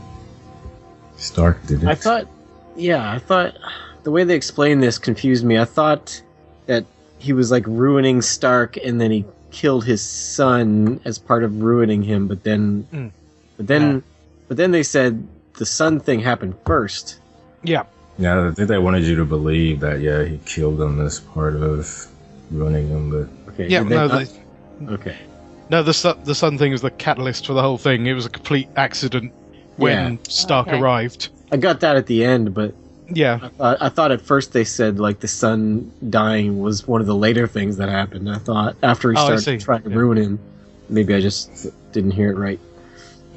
[SPEAKER 1] Stark did it.
[SPEAKER 3] I thought, yeah, I thought the way they explained this confused me. I thought that he was like ruining Stark, and then he killed his son as part of ruining him. But then,
[SPEAKER 4] Mm.
[SPEAKER 3] but then, but then they said the son thing happened first.
[SPEAKER 4] Yeah,
[SPEAKER 1] yeah, I think they wanted you to believe that. Yeah, he killed him as part of ruining him, but
[SPEAKER 3] Okay.
[SPEAKER 4] yeah.
[SPEAKER 3] did they
[SPEAKER 4] No,
[SPEAKER 3] not-
[SPEAKER 4] the,
[SPEAKER 3] okay.
[SPEAKER 4] no, the sun, the sun thing is the catalyst for the whole thing. It was a complete accident when
[SPEAKER 3] Yeah.
[SPEAKER 4] Stark
[SPEAKER 2] Okay.
[SPEAKER 4] arrived.
[SPEAKER 3] I got that at the end, but
[SPEAKER 4] Yeah,
[SPEAKER 3] I thought, I thought at first they said like the son dying was one of the later things that happened. I thought after he
[SPEAKER 4] Oh, I see.
[SPEAKER 3] started trying to
[SPEAKER 4] Yeah.
[SPEAKER 3] ruin him, maybe I just didn't hear it right.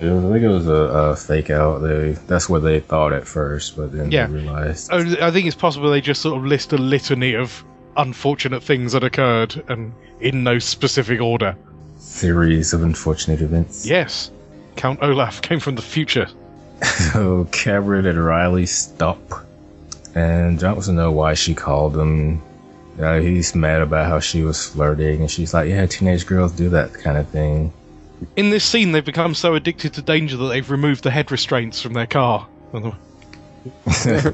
[SPEAKER 1] it was, I think it was a, a fake out. They that's what they thought at first, but then
[SPEAKER 4] Yeah.
[SPEAKER 1] they realized.
[SPEAKER 4] Oh, I think it's possible they just sort of list a litany of unfortunate things that occurred and in no specific order.
[SPEAKER 1] series of unfortunate events.
[SPEAKER 4] Yes, Count Olaf came from the future.
[SPEAKER 1] So Cameron and Riley stop, and John wants to know why she called him. Uh, he's mad about how she was flirting, and she's like, "Yeah, teenage girls do that kind of thing."
[SPEAKER 4] In this scene, they've become so addicted to danger that they've removed the head restraints from their car. Uh,
[SPEAKER 1] Is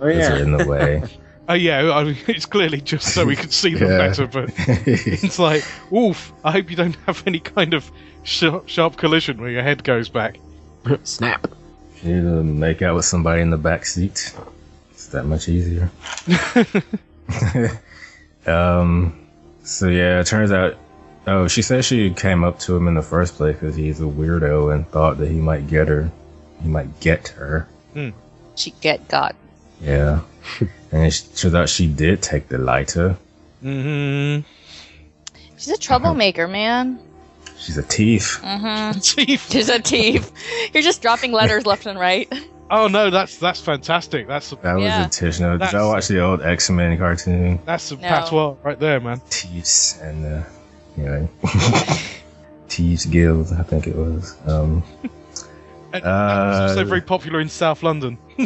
[SPEAKER 3] Oh
[SPEAKER 1] it
[SPEAKER 3] yeah,
[SPEAKER 1] in the way?
[SPEAKER 4] Oh yeah, I mean, it's clearly just so we can see them
[SPEAKER 1] Yeah.
[SPEAKER 4] better. But it's like, oof! I hope you don't have any kind of sharp, sharp collision where your head goes back.
[SPEAKER 3] snap.
[SPEAKER 1] you to make out with somebody in the back seat. It's that much easier. um. So yeah, it turns out. Oh, she says she came up to him in the first place because he's a weirdo and thought that he might get her. He might get her.
[SPEAKER 6] She get got.
[SPEAKER 1] Yeah. and it turns out she did take the lighter.
[SPEAKER 4] Mm-hmm.
[SPEAKER 2] She's a troublemaker,
[SPEAKER 1] Uh-huh.
[SPEAKER 2] man.
[SPEAKER 1] She's a thief.
[SPEAKER 2] Mm-hmm.
[SPEAKER 4] Chief.
[SPEAKER 2] She's a thief. You're just dropping letters left and right.
[SPEAKER 4] Oh no, that's that's fantastic. That's
[SPEAKER 1] That was
[SPEAKER 2] Yeah.
[SPEAKER 1] a Tish. No, did
[SPEAKER 4] That's-
[SPEAKER 1] y'all watch the old X Men cartoon?
[SPEAKER 4] that's some
[SPEAKER 2] No.
[SPEAKER 4] patois right there, man.
[SPEAKER 1] Thieves and uh, anyway, Thieves Guild, I think it was. Um,
[SPEAKER 4] And
[SPEAKER 1] Uh,
[SPEAKER 4] it's also very popular in South London.
[SPEAKER 1] oh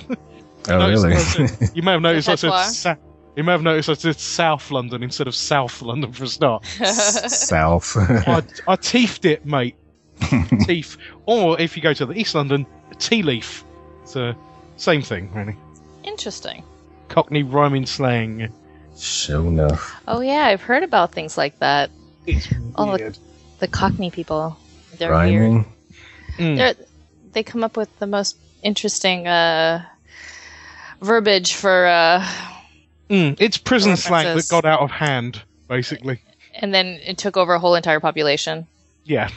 [SPEAKER 4] No, it's
[SPEAKER 1] really?
[SPEAKER 4] not You may have noticed I said
[SPEAKER 2] Patois?
[SPEAKER 4] sa- you may have noticed I said South London instead of South London for a start.
[SPEAKER 1] South.
[SPEAKER 4] I, I teethed it, mate. Teeth. Or if you go to the East London, tea leaf. It's uh, same thing, really.
[SPEAKER 2] Interesting.
[SPEAKER 4] Cockney rhyming slang.
[SPEAKER 1] Show enough.
[SPEAKER 2] Oh yeah, I've heard about things like that.
[SPEAKER 4] It's
[SPEAKER 2] Oh, look.
[SPEAKER 4] weird.
[SPEAKER 2] The Cockney people. They're weird.
[SPEAKER 1] Rhyming.
[SPEAKER 4] Mm.
[SPEAKER 2] They're, they come up with the most interesting uh, verbiage for, uh,
[SPEAKER 4] Mm. It's prison slang that
[SPEAKER 2] References.
[SPEAKER 4] got out of hand, basically.
[SPEAKER 2] and then it took over a whole entire population.
[SPEAKER 4] Yeah.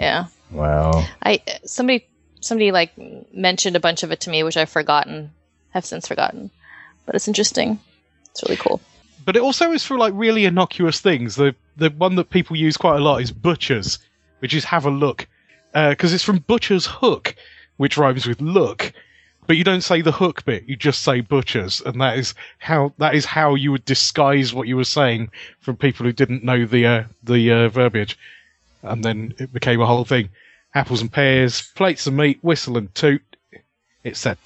[SPEAKER 2] Yeah.
[SPEAKER 1] Wow.
[SPEAKER 2] I somebody somebody like mentioned a bunch of it to me, which I've forgotten, have since forgotten. But it's interesting. It's really cool.
[SPEAKER 4] But it also is for like really innocuous things. The the one that people use quite a lot is butchers, which is have a look, because it's from butcher's hook, which rhymes with look. But you don't say the hook bit; you just say butchers, and that is how that is how you would disguise what you were saying from people who didn't know the uh, the uh, verbiage. And then it became a whole thing: apples and pears, plates of meat, whistle and toot. It's that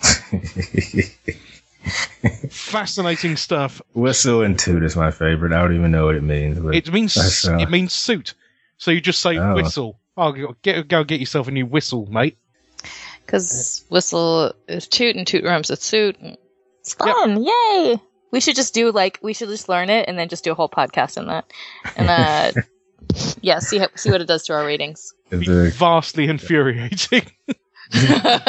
[SPEAKER 4] fascinating stuff.
[SPEAKER 1] Whistle and toot is my favorite. I don't even know what it means, but
[SPEAKER 4] It means
[SPEAKER 1] That's, uh,
[SPEAKER 4] it means suit. So you just say
[SPEAKER 1] Oh.
[SPEAKER 4] whistle. Oh, go- get go get yourself a new whistle, mate.
[SPEAKER 2] Because whistle is toot and toot rooms with suit. And it's fun. Yay! We should just do like we should just learn it and then just do a whole podcast on that. And uh yeah, see how, see what it does to our ratings.
[SPEAKER 1] is
[SPEAKER 4] Be
[SPEAKER 1] the
[SPEAKER 4] vastly infuriating.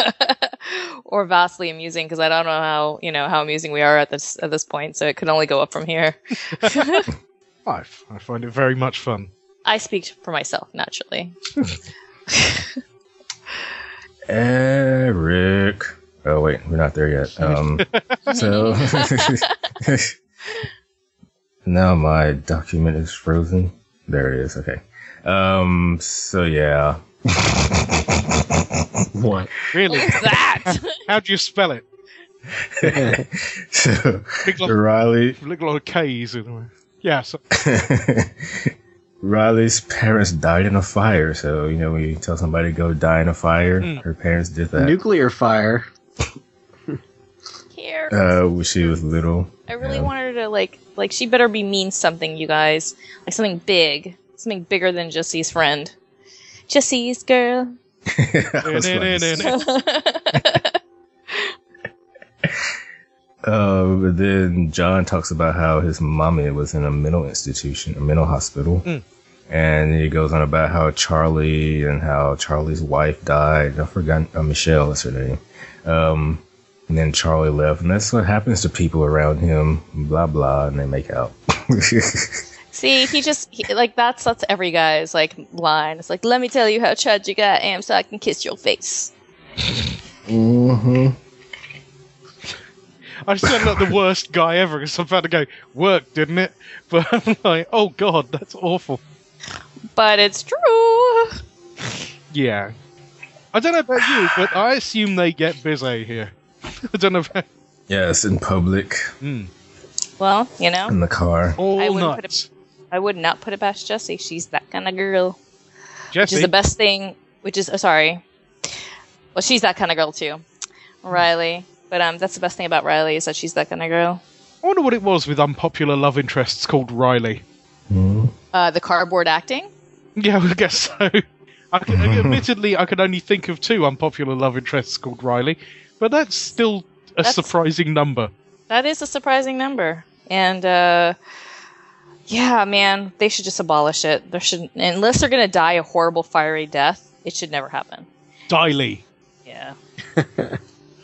[SPEAKER 2] or vastly amusing because I don't know how you know how amusing we are at this at this point, so it could only go up from here.
[SPEAKER 4] I, f- I find it very much fun.
[SPEAKER 2] I speak for myself naturally.
[SPEAKER 1] Eric. Oh wait, we're not there yet. Um, so now my document is frozen. There it is. Okay. Um. So yeah.
[SPEAKER 3] What?
[SPEAKER 4] Really?
[SPEAKER 2] What is that?
[SPEAKER 4] How do you spell it?
[SPEAKER 1] so
[SPEAKER 4] Big lot,
[SPEAKER 1] Riley.
[SPEAKER 4] Oh. big lot of K's in a way. Yeah. So,
[SPEAKER 1] Riley's parents died in a fire, so you know when you tell somebody to go die in a fire,
[SPEAKER 4] Mm.
[SPEAKER 1] her parents did that.
[SPEAKER 3] Nuclear fire.
[SPEAKER 2] Here.
[SPEAKER 1] uh, when she was little.
[SPEAKER 2] I really
[SPEAKER 1] yeah.
[SPEAKER 2] want her to like like she better be mean something, you guys. Like something big. Something bigger than Jesse's friend. Jesse's girl.
[SPEAKER 1] I was like, Uh, but then John talks about how his mommy was in a mental institution, a mental hospital.
[SPEAKER 4] Mm.
[SPEAKER 1] And he goes on about how Charlie and how Charlie's wife died. I forgot uh, Michelle is her name. Um, and then Charlie left, and that's what happens to people around him. Blah blah, and they make out.
[SPEAKER 2] See, he just he, like that's that's every guy's like line. It's like, let me tell you how tragic I am, so I can kiss your face.
[SPEAKER 1] hmm
[SPEAKER 4] I sound like the worst guy ever because I'm about to go, work, didn't it? But I'm like, oh god, that's awful.
[SPEAKER 2] But it's true.
[SPEAKER 4] Yeah. I don't know about you, but I assume they get busy here. I don't know about.
[SPEAKER 1] Yes, in public,
[SPEAKER 4] Mm,
[SPEAKER 2] Well, you know,
[SPEAKER 1] in the car.
[SPEAKER 2] I
[SPEAKER 4] all
[SPEAKER 2] wouldn't put
[SPEAKER 4] night.
[SPEAKER 2] I would not put it past Jessie. She's that kind of girl. which
[SPEAKER 4] Jesse.
[SPEAKER 2] is the best thing. Which is oh, sorry. Well, she's that kind of girl too, Riley. But um, that's the best thing about Riley is that she's that kind of girl.
[SPEAKER 4] I wonder what it was with unpopular love interests called Riley.
[SPEAKER 1] Mhm.
[SPEAKER 2] Uh, the cardboard acting.
[SPEAKER 4] Yeah, I guess so. I can, admittedly, I can only think of two unpopular love interests called Riley, but that's still a
[SPEAKER 2] That's-
[SPEAKER 4] surprising number.
[SPEAKER 2] That is a surprising number. And uh, yeah, man, they should just abolish it. There should unless they're gonna die a horrible fiery death. It should never happen.
[SPEAKER 4] Diley.
[SPEAKER 2] Yeah.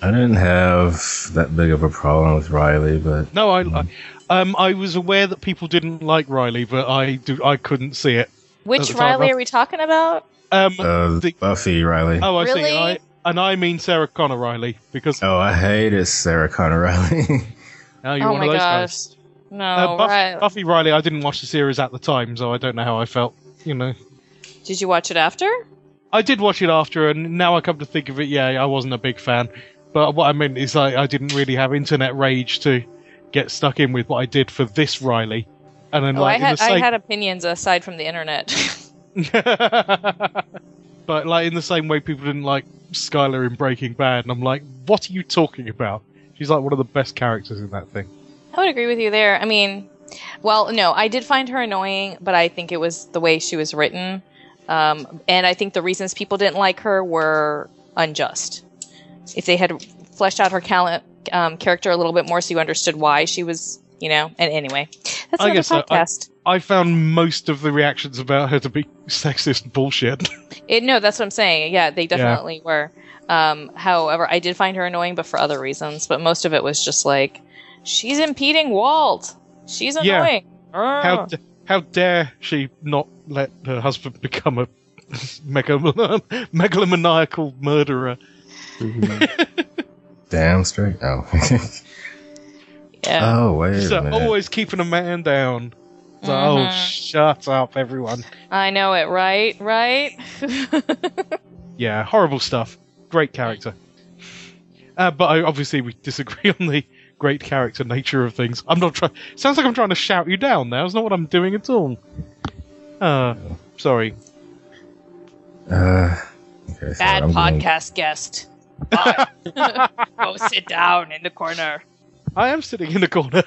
[SPEAKER 1] I didn't have that big of a problem with Riley, but
[SPEAKER 4] No, I, I, um, I was aware that people didn't like Riley, but I do, I couldn't see it.
[SPEAKER 2] Which
[SPEAKER 4] That's all
[SPEAKER 2] Riley
[SPEAKER 4] right.
[SPEAKER 2] are we talking about?
[SPEAKER 4] Um,
[SPEAKER 1] uh,
[SPEAKER 4] The-
[SPEAKER 1] Buffy Riley.
[SPEAKER 4] oh, I see.
[SPEAKER 2] really?
[SPEAKER 4] I, and I mean Sarah Connor Riley because
[SPEAKER 1] Oh, I hated Sarah Connor Riley.
[SPEAKER 4] now you're
[SPEAKER 2] oh
[SPEAKER 4] one
[SPEAKER 2] my
[SPEAKER 4] of those
[SPEAKER 2] gosh.
[SPEAKER 4] guys.
[SPEAKER 2] No,
[SPEAKER 4] Uh, Buff-
[SPEAKER 2] Riley.
[SPEAKER 4] Buffy Riley, I didn't watch the series at the time, so I don't know how I felt. You know,
[SPEAKER 2] Did you watch it after?
[SPEAKER 4] I did watch it after, and now I come to think of it, yeah, I wasn't a big fan. But what I meant is, I, I didn't really have internet rage to get stuck in with what I did for this Riley. And then,
[SPEAKER 2] Oh, I
[SPEAKER 4] like, in
[SPEAKER 2] had
[SPEAKER 4] the same,
[SPEAKER 2] I had opinions aside from the internet.
[SPEAKER 4] but like in the same way people didn't like Skylar in Breaking Bad, and I'm like, what are you talking about? She's like one of the best characters in that thing.
[SPEAKER 2] I would agree with you there. I mean, well, no, I did find her annoying, but I think it was the way she was written. Um, and I think the reasons people didn't like her were unjust. If they had fleshed out her cal- um, character a little bit more so you understood why she was, you know, and anyway, that's
[SPEAKER 4] I
[SPEAKER 2] another
[SPEAKER 4] guess so. I-
[SPEAKER 2] podcast.
[SPEAKER 4] I found most of the reactions about her to be sexist bullshit.
[SPEAKER 2] It, no, that's what I'm saying. Yeah, they definitely were. Um, however, I did find her annoying, but for other reasons. But most of it was just like, she's impeding Walt. She's
[SPEAKER 4] Yeah.
[SPEAKER 2] annoying.
[SPEAKER 4] how
[SPEAKER 2] How
[SPEAKER 4] d- how dare she not let her husband become a megalom- megalomaniacal murderer?
[SPEAKER 3] Mhm.
[SPEAKER 1] Damn straight. Oh.
[SPEAKER 2] yeah.
[SPEAKER 1] oh, wait
[SPEAKER 4] She's
[SPEAKER 1] a
[SPEAKER 4] like,
[SPEAKER 1] minute.
[SPEAKER 4] always keeping a man down. It's like, Oh,
[SPEAKER 2] Mhm.
[SPEAKER 4] shut up, everyone.
[SPEAKER 2] I know it, right? Right?
[SPEAKER 4] Yeah, horrible stuff. Great character. Uh, but I, obviously, we disagree on the great character nature of things. I'm not trying. Sounds like I'm trying to shout you down. Now it's not what I'm doing at all. Uh, sorry.
[SPEAKER 1] Uh, okay, sorry,
[SPEAKER 2] Bad
[SPEAKER 1] I'm going-
[SPEAKER 2] podcast guest. Go sit down in the corner.
[SPEAKER 4] I am sitting in the corner.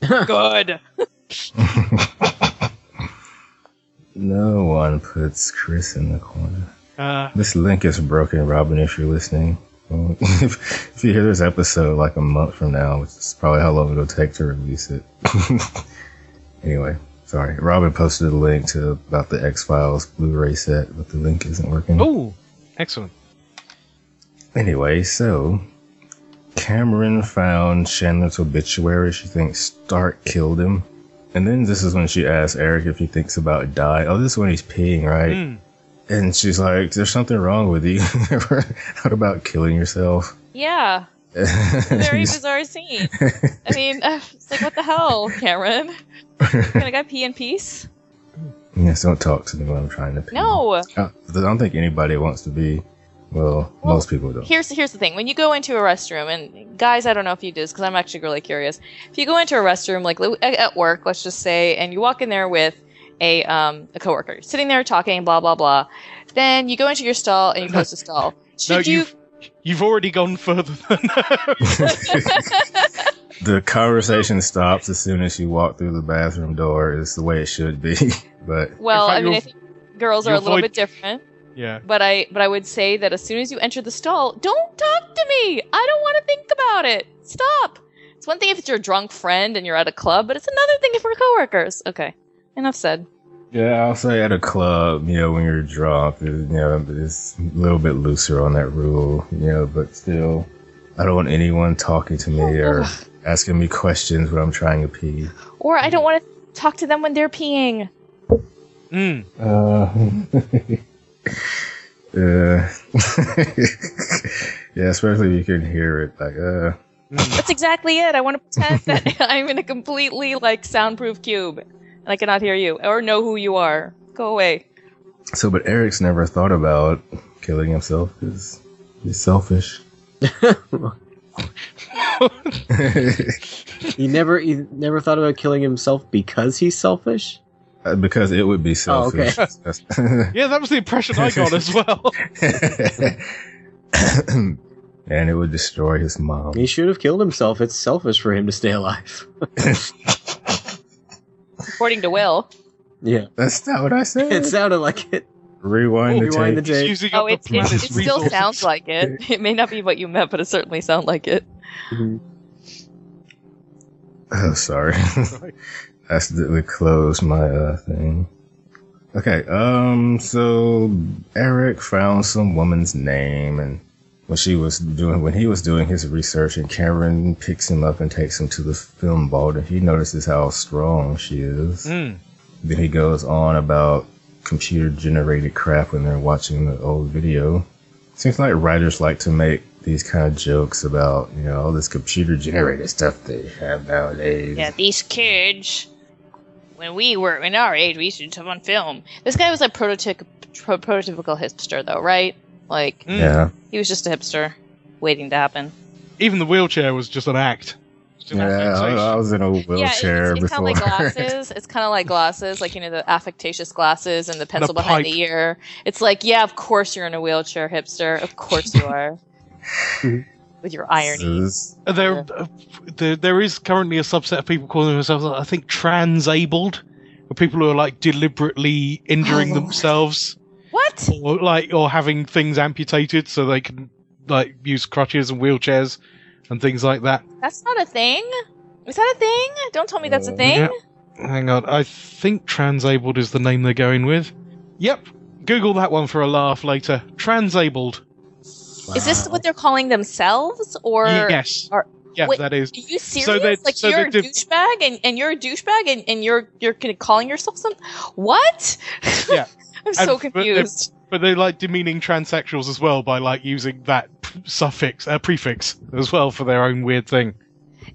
[SPEAKER 2] Good.
[SPEAKER 1] no one puts Chris in the corner.
[SPEAKER 4] Uh,
[SPEAKER 1] This link is broken, Robin, if you're listening. Um, if, if you hear this episode like a month from now, which is probably how long it'll take to release it. anyway, sorry. Robin posted a link to about the X Files Blu ray set, but the link isn't working.
[SPEAKER 4] oh, excellent.
[SPEAKER 1] Anyway, so Cameron found Chandler's obituary. She thinks Stark killed him. And then this is when she asks Eric if he thinks about die. Oh, this is when he's peeing, right?
[SPEAKER 4] Mm.
[SPEAKER 1] And she's like, There's something wrong with you. Never thought about killing yourself.
[SPEAKER 2] Yeah. Very bizarre scene. I mean, uh, it's like, what the hell, Cameron? Can I got pee in peace?
[SPEAKER 1] yes, don't talk to me when I'm trying to pee.
[SPEAKER 2] No.
[SPEAKER 1] I I don't think anybody wants to be. Well,
[SPEAKER 2] Well,
[SPEAKER 1] most people don't.
[SPEAKER 2] Here's here's the thing. When you go into a restroom, and guys, I don't know if you do this because I'm actually really curious. If you go into a restroom, like li- at at work, let's just say, and you walk in there with a um, a coworker sitting there talking, blah blah blah. Then you go into your stall and you close the stall. Should
[SPEAKER 4] no,
[SPEAKER 2] you?
[SPEAKER 4] you've you've already gone further than
[SPEAKER 1] the conversation stops as soon as you walk through the bathroom door. It's the way it should be. but
[SPEAKER 2] Well,
[SPEAKER 4] In fact,
[SPEAKER 2] I mean,
[SPEAKER 4] you'll-
[SPEAKER 2] I think girls are a
[SPEAKER 4] you'll
[SPEAKER 2] little
[SPEAKER 4] avoid-
[SPEAKER 2] bit different,
[SPEAKER 4] yeah.
[SPEAKER 2] but I but I would say that as soon as you enter the stall, don't talk to me. I don't want to think about it. Stop. It's one thing if it's your drunk friend and you're at a club, but it's another thing if we're coworkers. Okay, enough said.
[SPEAKER 1] yeah, I'll say at a club, you know, when you're drunk, you know, it's a little bit looser on that rule, you know, but still, I don't want anyone talking to me or asking me questions when I'm trying to pee.
[SPEAKER 2] Or I don't want to talk to them when they're peeing.
[SPEAKER 4] Mm.
[SPEAKER 1] Uh, uh, yeah, especially if you can hear it. Like, uh,
[SPEAKER 2] That's exactly it. I want to pretend that I'm in a completely like soundproof cube and I cannot hear you or know who you are. Go away.
[SPEAKER 1] so, but Eric's never thought about killing himself because he's selfish.
[SPEAKER 3] He never he never thought about killing himself because he's selfish.
[SPEAKER 1] Uh, because it would be
[SPEAKER 3] Oh, okay.
[SPEAKER 1] selfish. That's-
[SPEAKER 4] Yeah, that was the impression I got as well.
[SPEAKER 1] and it would destroy his mom.
[SPEAKER 3] He should have killed himself. It's selfish for him to stay alive.
[SPEAKER 2] According to Will.
[SPEAKER 3] Yeah,
[SPEAKER 1] That's not what I said.
[SPEAKER 3] it sounded like it.
[SPEAKER 1] rewind the
[SPEAKER 3] Rewind the
[SPEAKER 1] tape.
[SPEAKER 4] It's
[SPEAKER 3] Jake.
[SPEAKER 4] using
[SPEAKER 2] Oh,
[SPEAKER 4] up the
[SPEAKER 2] it's, it, it
[SPEAKER 4] planet's
[SPEAKER 2] still
[SPEAKER 4] resources.
[SPEAKER 2] sounds like it. It may not be what you meant, but it certainly sounds like it.
[SPEAKER 1] Oh, sorry. Accidentally closed my uh, thing. Okay, um, so Eric found some woman's name, and when she was doing, when he was doing his research, and Cameron picks him up and takes him to the film vault, and he notices how strong she is.
[SPEAKER 4] Mm.
[SPEAKER 1] Then he goes on about computer generated crap when they're watching the old video. Seems like writers like to make these kind of jokes about, you know, all this computer generated stuff they have nowadays.
[SPEAKER 7] Yeah, these kids. When we were in our age, we used to have on film.
[SPEAKER 2] This guy was a prototyp- pro- prototypical hipster, though, right? Like,
[SPEAKER 4] Mm.
[SPEAKER 1] Yeah.
[SPEAKER 2] he was just a hipster waiting to happen.
[SPEAKER 4] Even the wheelchair was just an act. Just an
[SPEAKER 1] Yeah, I,
[SPEAKER 4] affectation.
[SPEAKER 1] I was in a wheelchair
[SPEAKER 2] it's, kind
[SPEAKER 1] before.
[SPEAKER 2] of like glasses. It's kind of like glasses, like you know the affectatious glasses and the pencil behind
[SPEAKER 4] pipe.
[SPEAKER 2] the ear. It's like, yeah, of course you're in a wheelchair, hipster. Of course you are,
[SPEAKER 3] Mhm.
[SPEAKER 2] with your irony.
[SPEAKER 1] This-
[SPEAKER 4] Uh, There, uh, there, there is currently a subset of people calling themselves, I think, trans-abled, or people who are like deliberately injuring
[SPEAKER 2] Oh,
[SPEAKER 4] themselves,
[SPEAKER 2] What?
[SPEAKER 4] or like, or having things amputated so they can like use crutches and wheelchairs and things like that.
[SPEAKER 2] That's not a thing. Is that a thing? Don't tell me that's a thing.
[SPEAKER 4] Yeah. Hang on, I think transabled is the name they're going with. Yep, Google that one for a laugh later. Transabled.
[SPEAKER 2] Is this what they're calling themselves, or
[SPEAKER 4] yes.
[SPEAKER 2] or-
[SPEAKER 4] yeah,
[SPEAKER 2] wait,
[SPEAKER 4] that is.
[SPEAKER 2] are you serious?
[SPEAKER 4] they-
[SPEAKER 2] like
[SPEAKER 4] so
[SPEAKER 2] you're a
[SPEAKER 4] they div-
[SPEAKER 2] douchebag, and, and you're a douchebag, and, and you're you're kinda calling yourself something. What?
[SPEAKER 4] Yeah.
[SPEAKER 2] I'm so
[SPEAKER 4] And- but they-
[SPEAKER 2] confused.
[SPEAKER 4] But they like demeaning transsexuals as well by like using that p- suffix, uh, prefix as well for their own weird thing.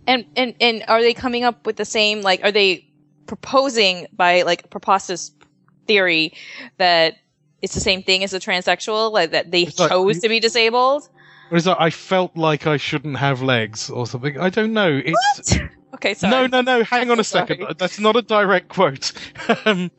[SPEAKER 2] And and and are they coming up with the same like are they proposing by like preposterous theory that it's the same thing as a transsexual like that they
[SPEAKER 4] It's like-
[SPEAKER 2] chose to be disabled?
[SPEAKER 4] What is that? I felt like I shouldn't have legs or something. I don't know. It's
[SPEAKER 2] Okay, sorry.
[SPEAKER 4] no, no, no. Hang on a
[SPEAKER 2] Sorry.
[SPEAKER 4] second. That's not a direct quote. um,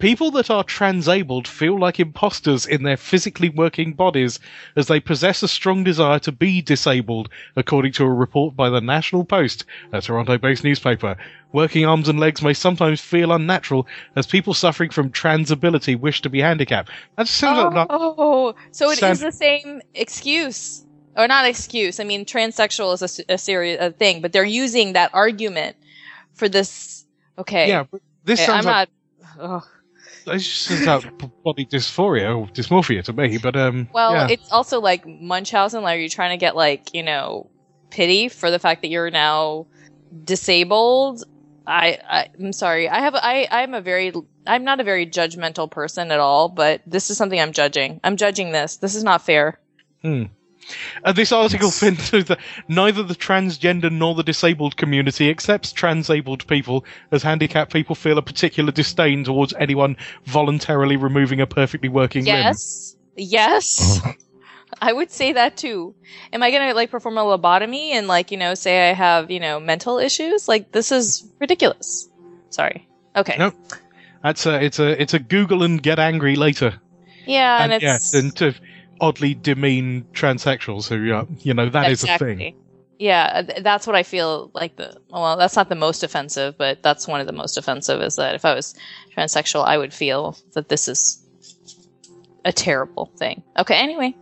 [SPEAKER 4] people that are transabled feel like imposters in their physically working bodies, as they possess a strong desire to be disabled, according to a report by the National Post, a Toronto-based newspaper. Working arms and legs may sometimes feel unnatural, as people suffering from transability wish to be handicapped. That sounds like
[SPEAKER 2] Oh, so it is
[SPEAKER 4] Sound-
[SPEAKER 2] the same excuse, or not excuse? I mean, transsexual is a, s- a serious a thing, but they're using that argument for this. Okay,
[SPEAKER 4] yeah. but This
[SPEAKER 2] okay, I'm
[SPEAKER 4] sounds like
[SPEAKER 2] not. ugh.
[SPEAKER 4] It's just about b- body dysphoria or dysmorphia to me, but um.
[SPEAKER 2] Well,
[SPEAKER 4] yeah.
[SPEAKER 2] it's also like Munchausen. Like, are you trying to get like you know pity for the fact that you're now disabled? I, I I'm sorry. I have I I'm a very I'm not a very judgmental person at all, but this is something I'm judging. I'm judging this. This is not fair.
[SPEAKER 4] Uh, this article finds that neither the transgender nor the disabled community accepts transabled people, as handicapped people feel a particular disdain towards anyone voluntarily removing a perfectly working
[SPEAKER 2] Yes. Yes.
[SPEAKER 4] Oh.
[SPEAKER 2] I would say that too. Am I going to like perform a lobotomy and like, you know, say I have, you know, mental issues? Like this is ridiculous. Sorry. Okay.
[SPEAKER 4] No. That's a it's a it's a Google and get angry later.
[SPEAKER 2] Yeah, and,
[SPEAKER 4] and
[SPEAKER 2] it's
[SPEAKER 4] yeah, and to oddly demean transsexuals who uh, you know that is a thing.
[SPEAKER 2] Yeah, th- that's what I feel like the well, that's not the most offensive, but that's one of the most offensive is that if I was transsexual, I would feel that this is a terrible thing. Okay, anyway.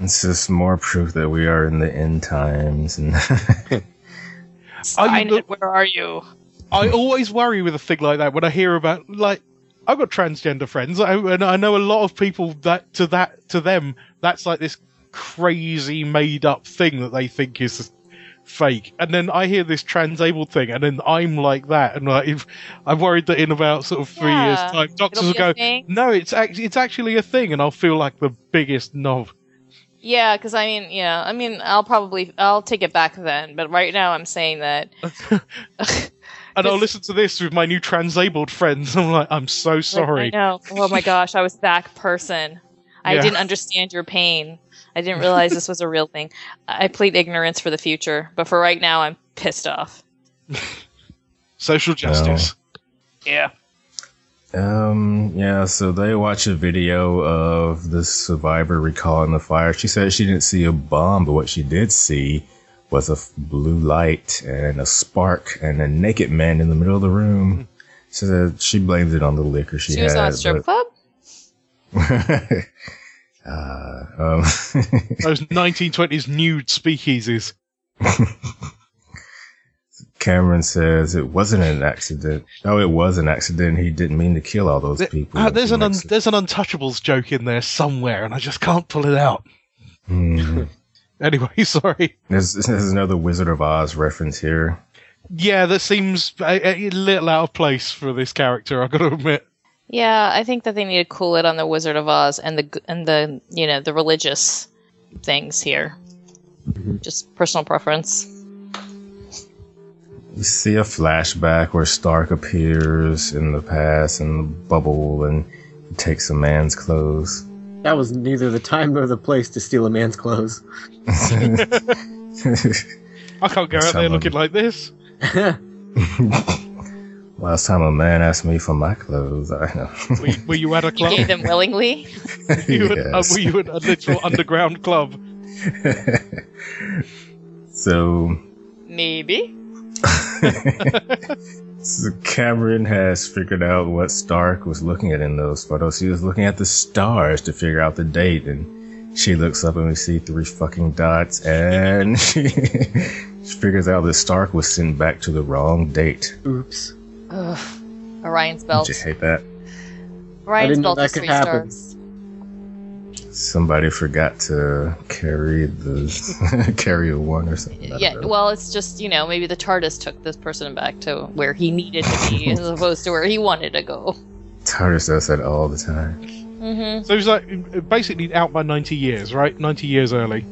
[SPEAKER 1] It's just more proof that we are in the end times and
[SPEAKER 4] Are you
[SPEAKER 7] Sign
[SPEAKER 4] the-
[SPEAKER 7] it, where are you?
[SPEAKER 4] I always worry with a thing like that when I hear about like I've got transgender friends, I, and I know a lot of people that to that to them that's like this crazy made up thing that they think is fake. And then I hear this transabled thing, and then I'm like that, and like if, I'm worried that in about sort of three years
[SPEAKER 2] Yeah,
[SPEAKER 4] time, doctors
[SPEAKER 2] it'll
[SPEAKER 4] will
[SPEAKER 2] be a
[SPEAKER 4] go,
[SPEAKER 2] thing.
[SPEAKER 4] "No, it's actually it's actually a thing," and I'll feel like the biggest knob.
[SPEAKER 2] Yeah, because I mean, yeah, I mean, I'll probably I'll take it back then, but right now I'm saying that.
[SPEAKER 4] And I'll listen to this with my new transabled friends. I'm like, I'm so sorry.
[SPEAKER 2] Like, I know. Oh my gosh, I was that person. I
[SPEAKER 4] Yeah.
[SPEAKER 2] didn't understand your pain. I didn't realize this was a real thing. I plead ignorance for the future, but for right now, I'm pissed off.
[SPEAKER 4] Social justice.
[SPEAKER 7] Yeah.
[SPEAKER 1] Um, yeah, so they watch a video of the survivor recalling the fire. She said she didn't see a bomb, but what she did see was a f- blue light and a spark and a naked man in the middle of the
[SPEAKER 4] Hmm.
[SPEAKER 1] room. So that she blames it on the liquor she,
[SPEAKER 2] She
[SPEAKER 1] had.
[SPEAKER 2] was on a strip club.
[SPEAKER 1] but- uh, um,
[SPEAKER 4] Those 1920s nude speakeasies.
[SPEAKER 1] Cameron says it wasn't an accident. Oh, it was an accident. He didn't mean to kill all those
[SPEAKER 4] Th-
[SPEAKER 1] people.
[SPEAKER 4] Ah, there's an un-
[SPEAKER 1] Makes it-
[SPEAKER 4] there's an Untouchables joke in there somewhere, and I just can't pull it out.
[SPEAKER 1] Mhm.
[SPEAKER 4] Anyway, sorry.
[SPEAKER 1] there's, there's another Wizard of Oz reference here.
[SPEAKER 4] Yeah, that seems a, a little out of place for this character. I've got to admit.
[SPEAKER 2] Yeah, I think that they need to cool it on the Wizard of Oz and the and the you know the religious things here. Just personal preference.
[SPEAKER 1] You see a flashback where Stark appears in the past in the bubble and he takes a man's clothes.
[SPEAKER 3] That was neither the time nor the place to steal a man's clothes.
[SPEAKER 4] I can't go out there
[SPEAKER 1] Someone-
[SPEAKER 4] looking like this.
[SPEAKER 1] Last time a man asked me for my clothes, I know.
[SPEAKER 4] Were you, were you at a club?
[SPEAKER 2] Gave them willingly.
[SPEAKER 4] Were you, at, uh,
[SPEAKER 1] Yes.
[SPEAKER 4] were you at a literal underground club?
[SPEAKER 1] so,
[SPEAKER 2] Maybe.
[SPEAKER 1] so Cameron has figured out what Stark was looking at in those photos. He was looking at the stars to figure out the date, and she looks up and we see three fucking dots, and she figures out that Stark was sent back to the wrong date.
[SPEAKER 3] Oops.
[SPEAKER 2] Ugh. Orion's
[SPEAKER 1] I
[SPEAKER 2] belt.
[SPEAKER 1] just hate that.
[SPEAKER 2] Orion's
[SPEAKER 3] didn't know
[SPEAKER 2] belt
[SPEAKER 3] that
[SPEAKER 2] is
[SPEAKER 3] could
[SPEAKER 2] three
[SPEAKER 3] happen.
[SPEAKER 2] stars.
[SPEAKER 1] Somebody forgot to carry the carry a one or something. I don't
[SPEAKER 2] Yeah,
[SPEAKER 1] know.
[SPEAKER 2] well, it's just you know maybe the TARDIS took this person back to where he needed to be as opposed to where he wanted to go.
[SPEAKER 1] TARDIS does that all the time.
[SPEAKER 2] Mm-hmm.
[SPEAKER 4] So he's like basically out by 90 years, right? 90 years early.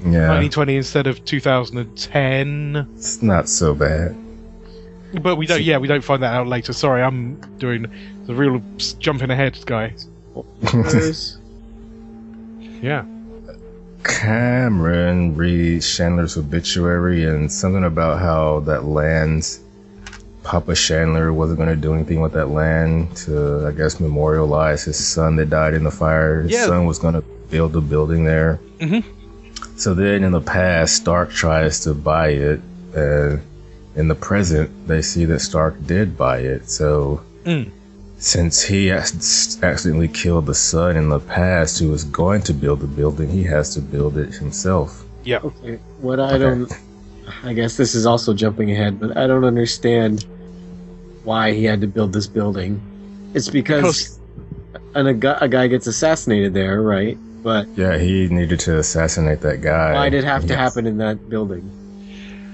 [SPEAKER 1] Yeah,
[SPEAKER 4] 1920 instead of 2010.
[SPEAKER 1] it's not so bad.
[SPEAKER 4] But we don't. Yeah, we don't find that out later. Sorry, I'm doing the real s- jumping ahead guy.
[SPEAKER 3] Clothes.
[SPEAKER 4] Yeah.
[SPEAKER 1] Cameron reads Chandler's obituary and something about how that land, Papa Chandler wasn't going to do anything with that land to, I guess, memorialize his son that died in the fire. His
[SPEAKER 4] Yeah.
[SPEAKER 1] son was going to build a building there.
[SPEAKER 4] Mhm.
[SPEAKER 1] So then in the past, Stark tries to buy it. And in the present, they see that Stark did buy it. So since he ac- accidentally killed the son in the past who was going to build the building, he has to build it himself.
[SPEAKER 3] Okay. What I don't. I guess this is also jumping ahead, but I don't understand why he had to build this building. It's because, an, a, gu- a guy gets assassinated there, right? But
[SPEAKER 1] Yeah, he needed to assassinate that guy.
[SPEAKER 3] why did it have to
[SPEAKER 1] Yes.
[SPEAKER 3] happen in that building?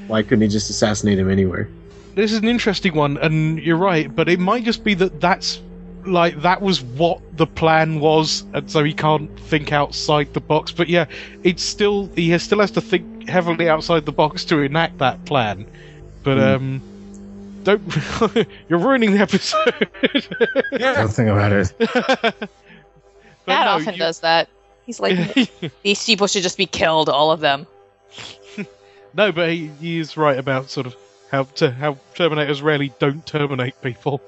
[SPEAKER 3] Why couldn't he just assassinate him anywhere?
[SPEAKER 4] this is an interesting one, and you're right, but it might just be that that's like that was what the plan was, and so he can't think outside the box. But yeah, it's still he has, still has to think heavily outside the box to enact that plan. But um, don't you're ruining the episode.
[SPEAKER 1] Don't think about it.
[SPEAKER 4] But
[SPEAKER 2] That
[SPEAKER 4] no,
[SPEAKER 2] often
[SPEAKER 4] you-
[SPEAKER 2] does that. He's like, these people should just be killed, all of them.
[SPEAKER 4] no, but he, he is right about sort of how to, how Terminators rarely don't terminate people.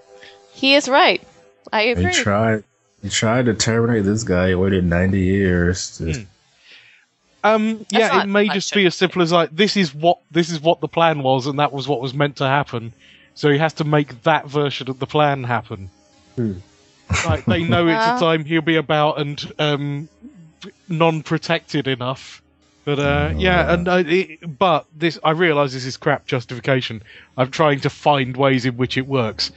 [SPEAKER 5] He is right. I
[SPEAKER 1] They
[SPEAKER 5] agree.
[SPEAKER 1] tried. They tried to terminate this guy. He waited ninety years. To,
[SPEAKER 4] Hmm. Um, yeah,
[SPEAKER 2] not
[SPEAKER 4] it may
[SPEAKER 2] much
[SPEAKER 4] just be as simple as like this is what this is what the plan was, and that was what was meant to happen. So he has to make that version of the plan happen.
[SPEAKER 3] Hmm.
[SPEAKER 4] Like they know it's
[SPEAKER 5] Uh.
[SPEAKER 4] a time he'll be about and um, non-protected enough. But uh, yeah, and uh, it, but this I realise this is crap justification. I'm trying to find ways in which it works,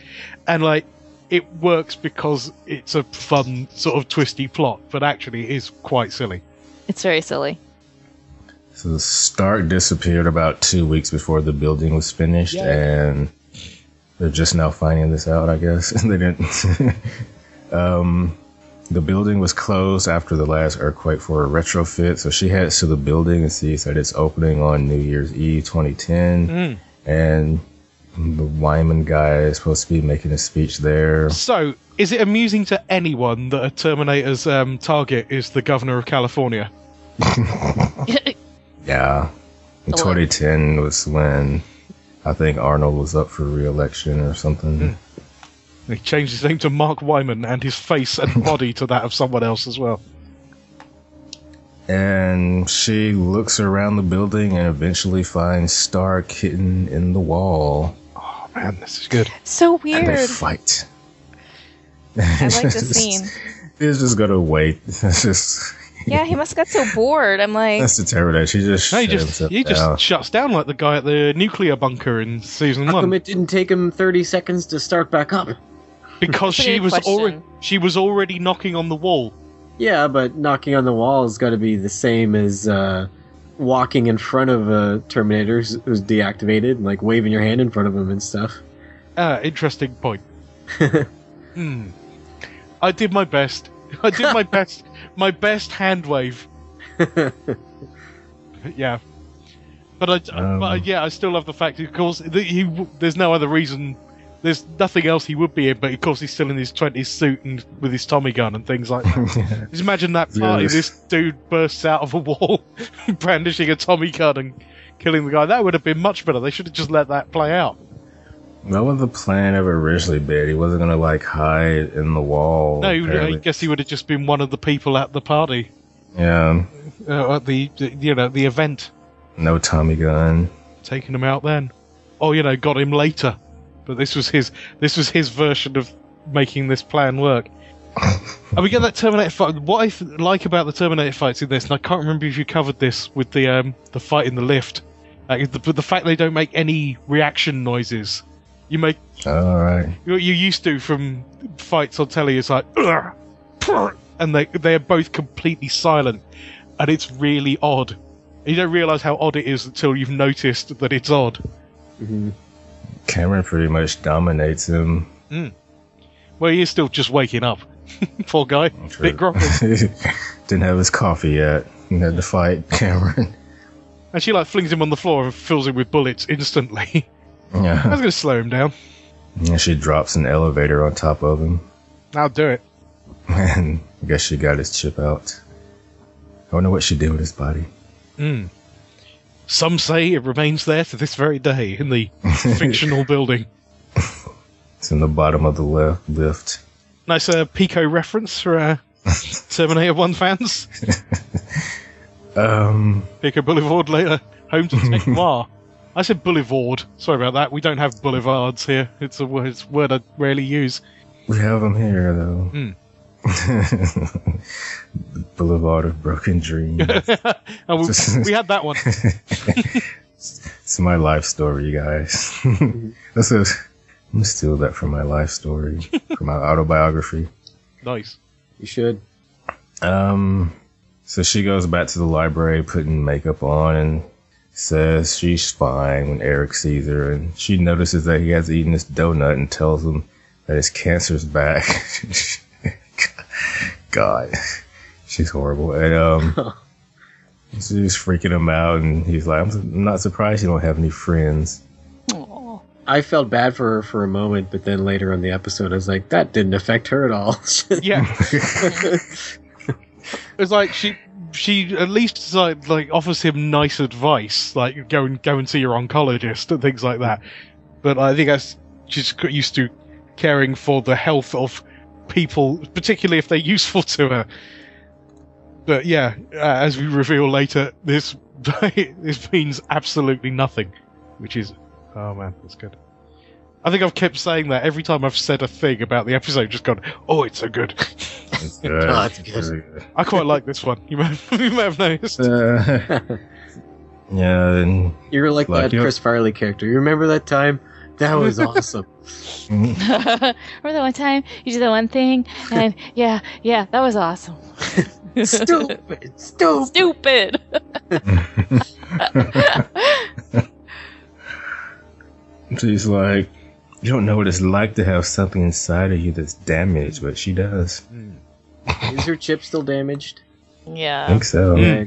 [SPEAKER 4] and like it works because it's a fun sort of twisty plot, but actually it is quite silly.
[SPEAKER 5] It's very silly.
[SPEAKER 1] So Stark disappeared about two weeks before the building was finished, and they're just now finding this out. I guess they didn't. um, the building was closed after the last earthquake for a retrofit, so she heads to the building and sees that it's opening on New Year's Eve, 2010,
[SPEAKER 4] Mm.
[SPEAKER 1] and the Wyman guy is supposed to be making a speech there.
[SPEAKER 4] So, is it amusing to anyone that a Terminator's um, target is the governor of California?
[SPEAKER 1] Yeah. In 2010 was when I think Arnold was up for re-election or something.
[SPEAKER 4] He changed his name to Mark Wyman and his face and body to that of someone else as well.
[SPEAKER 1] And she looks around the building and eventually finds Stark hidden in the wall.
[SPEAKER 4] Oh man, this is good.
[SPEAKER 5] So
[SPEAKER 1] And they
[SPEAKER 5] weird.
[SPEAKER 1] fight.
[SPEAKER 2] I like this scene.
[SPEAKER 1] He's just gonna wait. That's just
[SPEAKER 2] Yeah, he must have got so bored. I'm like,
[SPEAKER 1] that's the terminator. She just
[SPEAKER 4] No, he
[SPEAKER 1] shut
[SPEAKER 4] just
[SPEAKER 1] himself
[SPEAKER 4] he just
[SPEAKER 1] down.
[SPEAKER 4] shuts down like the guy at the nuclear bunker in season
[SPEAKER 3] How
[SPEAKER 4] one
[SPEAKER 3] come it didn't take him 30 seconds to start back up?
[SPEAKER 4] because
[SPEAKER 2] That's a
[SPEAKER 4] she
[SPEAKER 2] good
[SPEAKER 4] was already
[SPEAKER 2] question.
[SPEAKER 4] she was already knocking on the wall.
[SPEAKER 3] Yeah, but knocking on the wall has got to be the same as uh, walking in front of a Terminator who's, who's deactivated and like waving your hand in front of him and stuff.
[SPEAKER 4] Ah, interesting point. Hmm. I did my best. I did my best. My best hand wave. yeah. But I,
[SPEAKER 1] Um.
[SPEAKER 4] but I- yeah, I still love the fact. Of course, that he w- there's no other reason. There's nothing else he would be in. But of course, he's still in his twenties suit and with his Tommy gun and things like that. Just imagine that party.
[SPEAKER 1] Yes.
[SPEAKER 4] This dude bursts out of a wall, brandishing a Tommy gun and killing the guy. That would have been much better. They should have just let that play out.
[SPEAKER 1] That was the plan ever originally been. He wasn't gonna like hide in the wall.
[SPEAKER 4] No, I
[SPEAKER 1] apparently.
[SPEAKER 4] guess he would have just been one of the people at the party,
[SPEAKER 1] yeah,
[SPEAKER 4] uh, at the the- you know the event,
[SPEAKER 1] no Tommy gun.
[SPEAKER 4] taking him out then, or you know got him later. But this was his this was his version of making this plan work. and we get that Terminator fight. What I th- like about the Terminator fights in this, and I can't remember if you covered this with the um, the fight in the lift, uh, the, but the fact they don't make any reaction noises. You make
[SPEAKER 1] All right.
[SPEAKER 4] what you used to from fights on telly is like, "Ugh, prr," and they they are both completely silent, and it's really odd. You don't realise how odd it is until you've noticed that it's odd.
[SPEAKER 3] hmm
[SPEAKER 1] Cameron pretty much dominates him.
[SPEAKER 4] Well, he is still just waking up, poor guy,
[SPEAKER 1] Oh, True.
[SPEAKER 4] bit grumpy.
[SPEAKER 1] Didn't have his coffee yet. He had to fight Cameron.
[SPEAKER 4] And she like flings him on the floor and fills him with bullets instantly. I was
[SPEAKER 1] yeah.
[SPEAKER 4] going to slow him down.
[SPEAKER 1] And she drops an elevator on top of him.
[SPEAKER 4] I'll do it.
[SPEAKER 1] And I guess she got his chip out. I wonder what she did with his body.
[SPEAKER 4] Mm. Some say it remains there to this very day in the fictional building.
[SPEAKER 1] It's in the bottom of the left lift.
[SPEAKER 4] Nice uh, Pico reference for uh, Terminator 1 fans.
[SPEAKER 1] Um,
[SPEAKER 4] Pico Boulevard later. Home to Tech Noir. I said boulevard. Sorry about that. We don't have boulevards here. It's a word, it's a word I rarely use.
[SPEAKER 1] we have him here though.
[SPEAKER 4] Hmm.
[SPEAKER 1] The Boulevard of Broken Dreams.
[SPEAKER 4] And we, we had that one.
[SPEAKER 1] it's my life story, you guys. this is. I'm gonna steal that from my life story, from my autobiography.
[SPEAKER 4] Nice.
[SPEAKER 3] You should.
[SPEAKER 1] Um, so she goes back to the library, putting makeup on, and says she's fine when Eric sees her, and she notices that he has eaten this donut and tells him that his cancer's back. God, she's horrible, and um. She's freaking him out, and he's like, "I'm not surprised you don't have any friends."
[SPEAKER 3] I felt bad for her for a moment, but then later on the episode, I was like, that didn't affect her at all.
[SPEAKER 4] Yeah. It's like she she at least like, like offers him nice advice, like go and go and see your oncologist and things like that. But I think that's she's got used to caring for the health of people, particularly if they're useful to her. But yeah, uh, as we reveal later, this this means absolutely nothing, which is oh man, that's good. I think I've kept saying that every time I've said a thing about the episode, just gone, oh, it's so good.
[SPEAKER 1] It's good.
[SPEAKER 3] Oh, it's good.
[SPEAKER 1] Really good.
[SPEAKER 4] I quite like this one. You may have, you may have noticed.
[SPEAKER 1] Uh, yeah, and
[SPEAKER 3] You're like
[SPEAKER 1] Like
[SPEAKER 3] that
[SPEAKER 1] you.
[SPEAKER 3] Chris Farley character. You remember that time? That was awesome.
[SPEAKER 1] mm,
[SPEAKER 5] Remember that one time you did that one thing, and yeah, yeah, that was awesome.
[SPEAKER 3] stupid, stupid.
[SPEAKER 2] Stupid.
[SPEAKER 1] she's like, you don't know what it's like to have something inside of you that's damaged, but she does.
[SPEAKER 3] Is your chip still damaged?
[SPEAKER 1] I
[SPEAKER 2] Yeah.
[SPEAKER 1] think so.
[SPEAKER 4] Mm.
[SPEAKER 3] Yeah,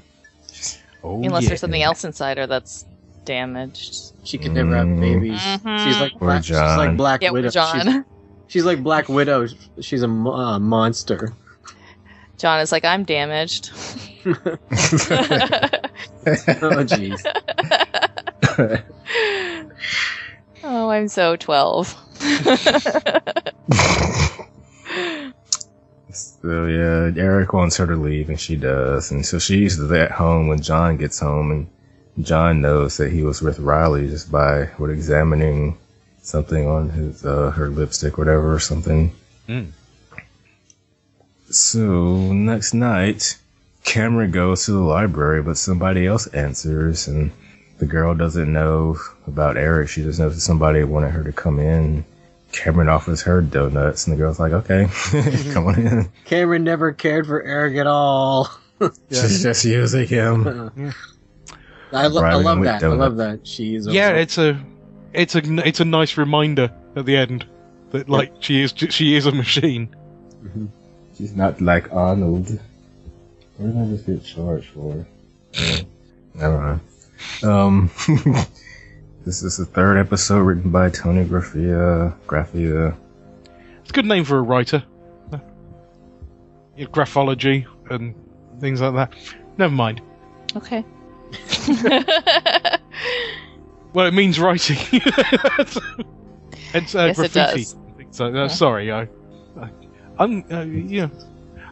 [SPEAKER 4] Oh,
[SPEAKER 2] Unless
[SPEAKER 4] yeah.
[SPEAKER 2] there's something else inside her that's damaged.
[SPEAKER 3] she could never have
[SPEAKER 1] Mm.
[SPEAKER 3] babies. She's like
[SPEAKER 1] Poor
[SPEAKER 3] Black, she's like
[SPEAKER 1] John.
[SPEAKER 3] Black
[SPEAKER 2] Mm-hmm. Yeah,
[SPEAKER 3] Widow.
[SPEAKER 2] John.
[SPEAKER 3] She's, she's like Black Widow. She's a mo- uh, monster.
[SPEAKER 2] John is like, I'm damaged.
[SPEAKER 3] Oh jeez.
[SPEAKER 2] Oh, I'm so 12.
[SPEAKER 1] So yeah, Eric wants her to leave, and she does, and so she's at home when John gets home, and John knows that he was with Riley just by what examining something on his uh, her lipstick, whatever, or something.
[SPEAKER 4] Hmm.
[SPEAKER 1] So next night, Cameron goes to the library, but somebody else answers, and the girl doesn't know about Eric. She just knows that somebody wanted her to come in. Cameron offers her donuts, and the girl's like, "Okay, come on in."
[SPEAKER 3] Cameron never cared for Eric at all.
[SPEAKER 1] She's just using him.
[SPEAKER 3] I,
[SPEAKER 4] Yeah.
[SPEAKER 3] lo- I
[SPEAKER 1] Driving
[SPEAKER 3] love
[SPEAKER 1] with
[SPEAKER 3] that. I
[SPEAKER 1] donuts.
[SPEAKER 3] love that. She is.
[SPEAKER 4] Yeah,
[SPEAKER 3] over-
[SPEAKER 4] it's a, it's a, it's a nice reminder at the end that like she is, she is a machine.
[SPEAKER 3] Mhm.
[SPEAKER 1] She's not like Arnold. What did I just get charged for? Yeah, Never mind. Um, this is the third episode written by Tony Graffia. Graffia.
[SPEAKER 4] It's a good name for a writer. Your graphology and things like that. Never mind.
[SPEAKER 5] Okay.
[SPEAKER 4] Well, it means writing. it's uh,
[SPEAKER 2] Yes, it
[SPEAKER 4] graffiti.
[SPEAKER 2] does.
[SPEAKER 4] So, uh, sorry, I, I, I'm uh, yeah,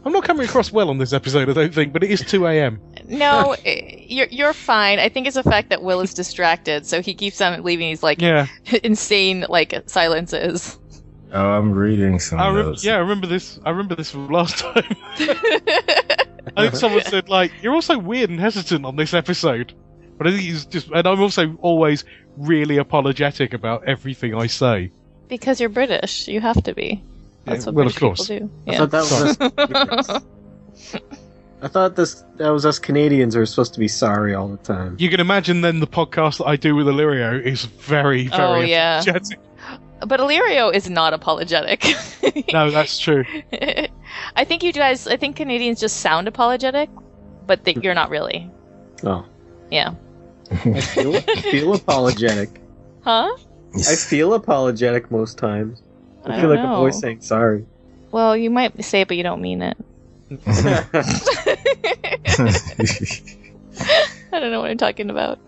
[SPEAKER 4] I'm not coming across well on this episode. I don't think, but it is two a.m.
[SPEAKER 2] no, eh, you're, you're fine. I think it's the fact that Will is distracted, so he keeps on leaving these like
[SPEAKER 4] Yeah,
[SPEAKER 2] insane like silences.
[SPEAKER 1] Oh, I'm reading some
[SPEAKER 4] I rem-
[SPEAKER 1] notes.
[SPEAKER 4] yeah, I remember this. I remember this from last time. I think someone said like, "You're also weird and hesitant on this episode," but I think it's just, and I'm also always really apologetic about everything I say.
[SPEAKER 5] Because you're British, you have to be. That's
[SPEAKER 4] Yeah,
[SPEAKER 5] what
[SPEAKER 4] well,
[SPEAKER 5] British
[SPEAKER 4] of course.
[SPEAKER 5] people do.
[SPEAKER 3] I
[SPEAKER 5] Yeah.
[SPEAKER 3] thought that was. us- I thought this that was us Canadians who are supposed to be sorry all the time.
[SPEAKER 4] You can imagine then the podcast that I do with Illyrio is very, very
[SPEAKER 2] Oh, yeah.
[SPEAKER 4] apologetic.
[SPEAKER 2] But Illyrio is not apologetic.
[SPEAKER 4] No, that's true.
[SPEAKER 2] I think you guys, I think Canadians just sound apologetic, but that you're not really.
[SPEAKER 3] Oh.
[SPEAKER 2] Yeah.
[SPEAKER 3] I feel, I feel apologetic.
[SPEAKER 2] Huh?
[SPEAKER 3] I feel apologetic most times. I, feel like a voice saying sorry.
[SPEAKER 2] Well, you might say it, but you don't mean it. I don't know what I'm talking about.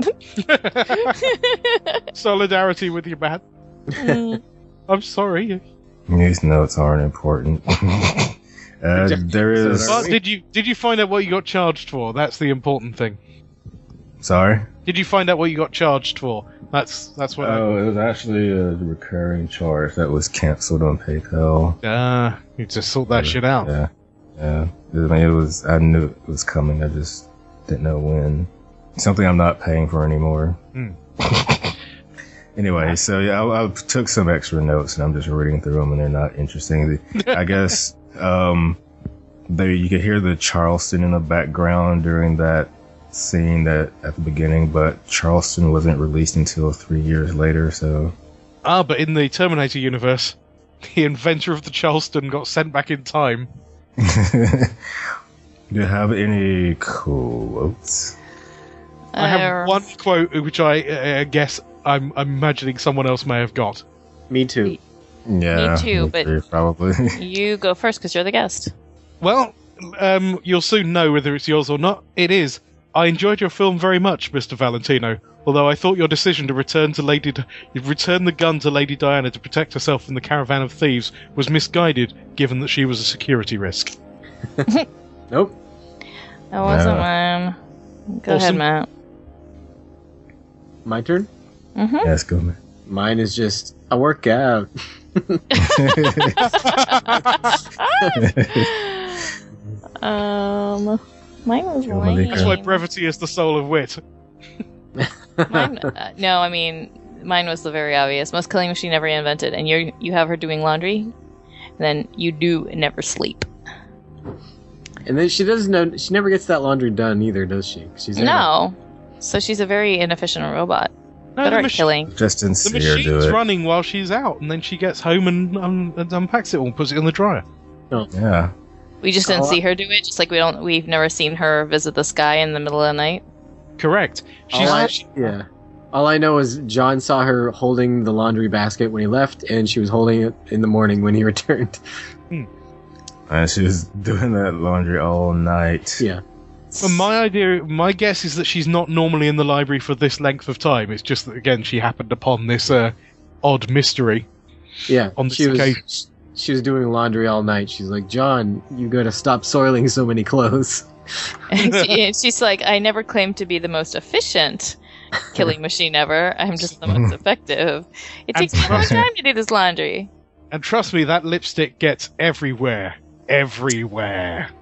[SPEAKER 4] Solidarity with your man.
[SPEAKER 2] Mm,
[SPEAKER 4] I'm sorry.
[SPEAKER 1] These notes aren't important. uh, there is.
[SPEAKER 4] But did you did you find out what you got charged for? That's the important thing.
[SPEAKER 1] Sorry.
[SPEAKER 4] Did you find out what you got charged for? That's that's what.
[SPEAKER 1] Oh, it was actually a recurring charge that was canceled on PayPal.
[SPEAKER 4] I, ah, you just sort that shit out.
[SPEAKER 1] Yeah, yeah. I mean, it was. I knew it was coming. I just didn't know when. Something I'm not paying for anymore.
[SPEAKER 4] Hmm.
[SPEAKER 1] anyway, so yeah, I, I took some extra notes and I'm just reading through them, and they're not interesting. I guess um, they you could hear the Charleston in the background during that scene that at the beginning, but Charleston wasn't released until three years later. So
[SPEAKER 4] Ah, but in the Terminator universe, the inventor of the Charleston got sent back in time.
[SPEAKER 1] Do you have any quotes?
[SPEAKER 4] I have
[SPEAKER 2] Uh,
[SPEAKER 4] one quote which I uh, guess I'm imagining someone else may have got.
[SPEAKER 3] Me too.
[SPEAKER 1] Yeah,
[SPEAKER 2] too, but-
[SPEAKER 1] too, probably.
[SPEAKER 2] You go first because you're the guest.
[SPEAKER 4] Well, um, you'll soon know whether it's yours or not. It is. I enjoyed your film very much, Mr. Valentino. Although I thought your decision to return to Lady, Di- return the gun to Lady Diana to protect herself from the caravan of thieves was misguided, given that she was a security risk.
[SPEAKER 3] Nope.
[SPEAKER 2] That wasn't
[SPEAKER 3] Uh,
[SPEAKER 1] Yeah.
[SPEAKER 2] mine. Go
[SPEAKER 4] Awesome.
[SPEAKER 2] ahead, Matt.
[SPEAKER 3] My turn.
[SPEAKER 1] Yeah, it's good, man.
[SPEAKER 3] Mine is just I work out.
[SPEAKER 2] Mm-hmm. Um, mine was
[SPEAKER 1] Kill Malika.
[SPEAKER 2] lame.
[SPEAKER 4] That's why brevity is the soul of wit.
[SPEAKER 2] mine, uh, no, I mean, mine was the very obvious. Most killing machine ever invented, and you you have her doing laundry, and then you do never sleep.
[SPEAKER 3] And then she doesn't know. She never gets that laundry done either, does she? She's there to-
[SPEAKER 2] No, so she's a very inefficient robot.
[SPEAKER 4] No,
[SPEAKER 2] Better
[SPEAKER 4] the,
[SPEAKER 2] at
[SPEAKER 4] mach-
[SPEAKER 2] killing.
[SPEAKER 1] Just didn't
[SPEAKER 4] the
[SPEAKER 1] see her do
[SPEAKER 4] machine's
[SPEAKER 1] it.
[SPEAKER 4] running while she's out, and then she gets home and, um, and unpacks it all and puts it in the dryer.
[SPEAKER 1] Yeah.
[SPEAKER 2] We just didn't
[SPEAKER 3] Oh, I-
[SPEAKER 2] see her do it. Just like we don't, we've never seen her visit this guy in the middle of the night.
[SPEAKER 4] Correct. She's,
[SPEAKER 3] All Oh, I,
[SPEAKER 4] she-
[SPEAKER 3] yeah. All I know is John saw her holding the laundry basket when he left, and she was holding it in the morning when he returned.
[SPEAKER 1] And she was doing that laundry all night.
[SPEAKER 3] yeah.
[SPEAKER 4] Well, my idea, my guess is that she's not normally in the library for this length of time. It's just that again she happened upon this uh, odd mystery.
[SPEAKER 3] Yeah.
[SPEAKER 4] On this
[SPEAKER 3] she was,
[SPEAKER 4] occasion.
[SPEAKER 3] sh- She was doing laundry all night. She's like, John, you gotta stop soiling so many clothes.
[SPEAKER 2] And she, and she's like, I never claimed to be the most efficient killing machine ever. I'm just the most effective. It
[SPEAKER 4] And
[SPEAKER 2] takes me a long
[SPEAKER 1] trust-
[SPEAKER 2] time to do this laundry.
[SPEAKER 4] And trust me, that lipstick gets everywhere, everywhere.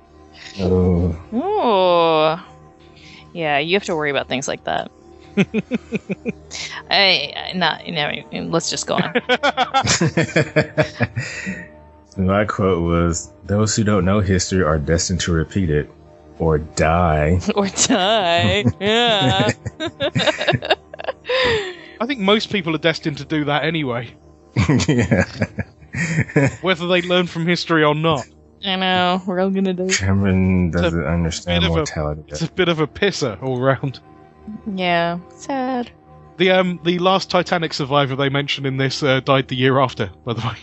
[SPEAKER 1] Oh.
[SPEAKER 2] Ooh. Yeah, you have to worry about things like that. I, I not you know, let's just go on.
[SPEAKER 1] My quote was Those who don't know history are destined to repeat it or die.
[SPEAKER 2] or die. Yeah.
[SPEAKER 4] I think most people are destined to do that anyway,
[SPEAKER 1] yeah.
[SPEAKER 4] whether they learn from history or not.
[SPEAKER 2] I know. We're all gonna die.
[SPEAKER 1] Cameron
[SPEAKER 4] a
[SPEAKER 1] doesn't understand
[SPEAKER 4] bit of a-
[SPEAKER 1] mortality.
[SPEAKER 4] It's a bit of a pisser all round.
[SPEAKER 2] Yeah. Sad.
[SPEAKER 4] The um the last Titanic survivor they mentioned in this uh, died the year after, by the way,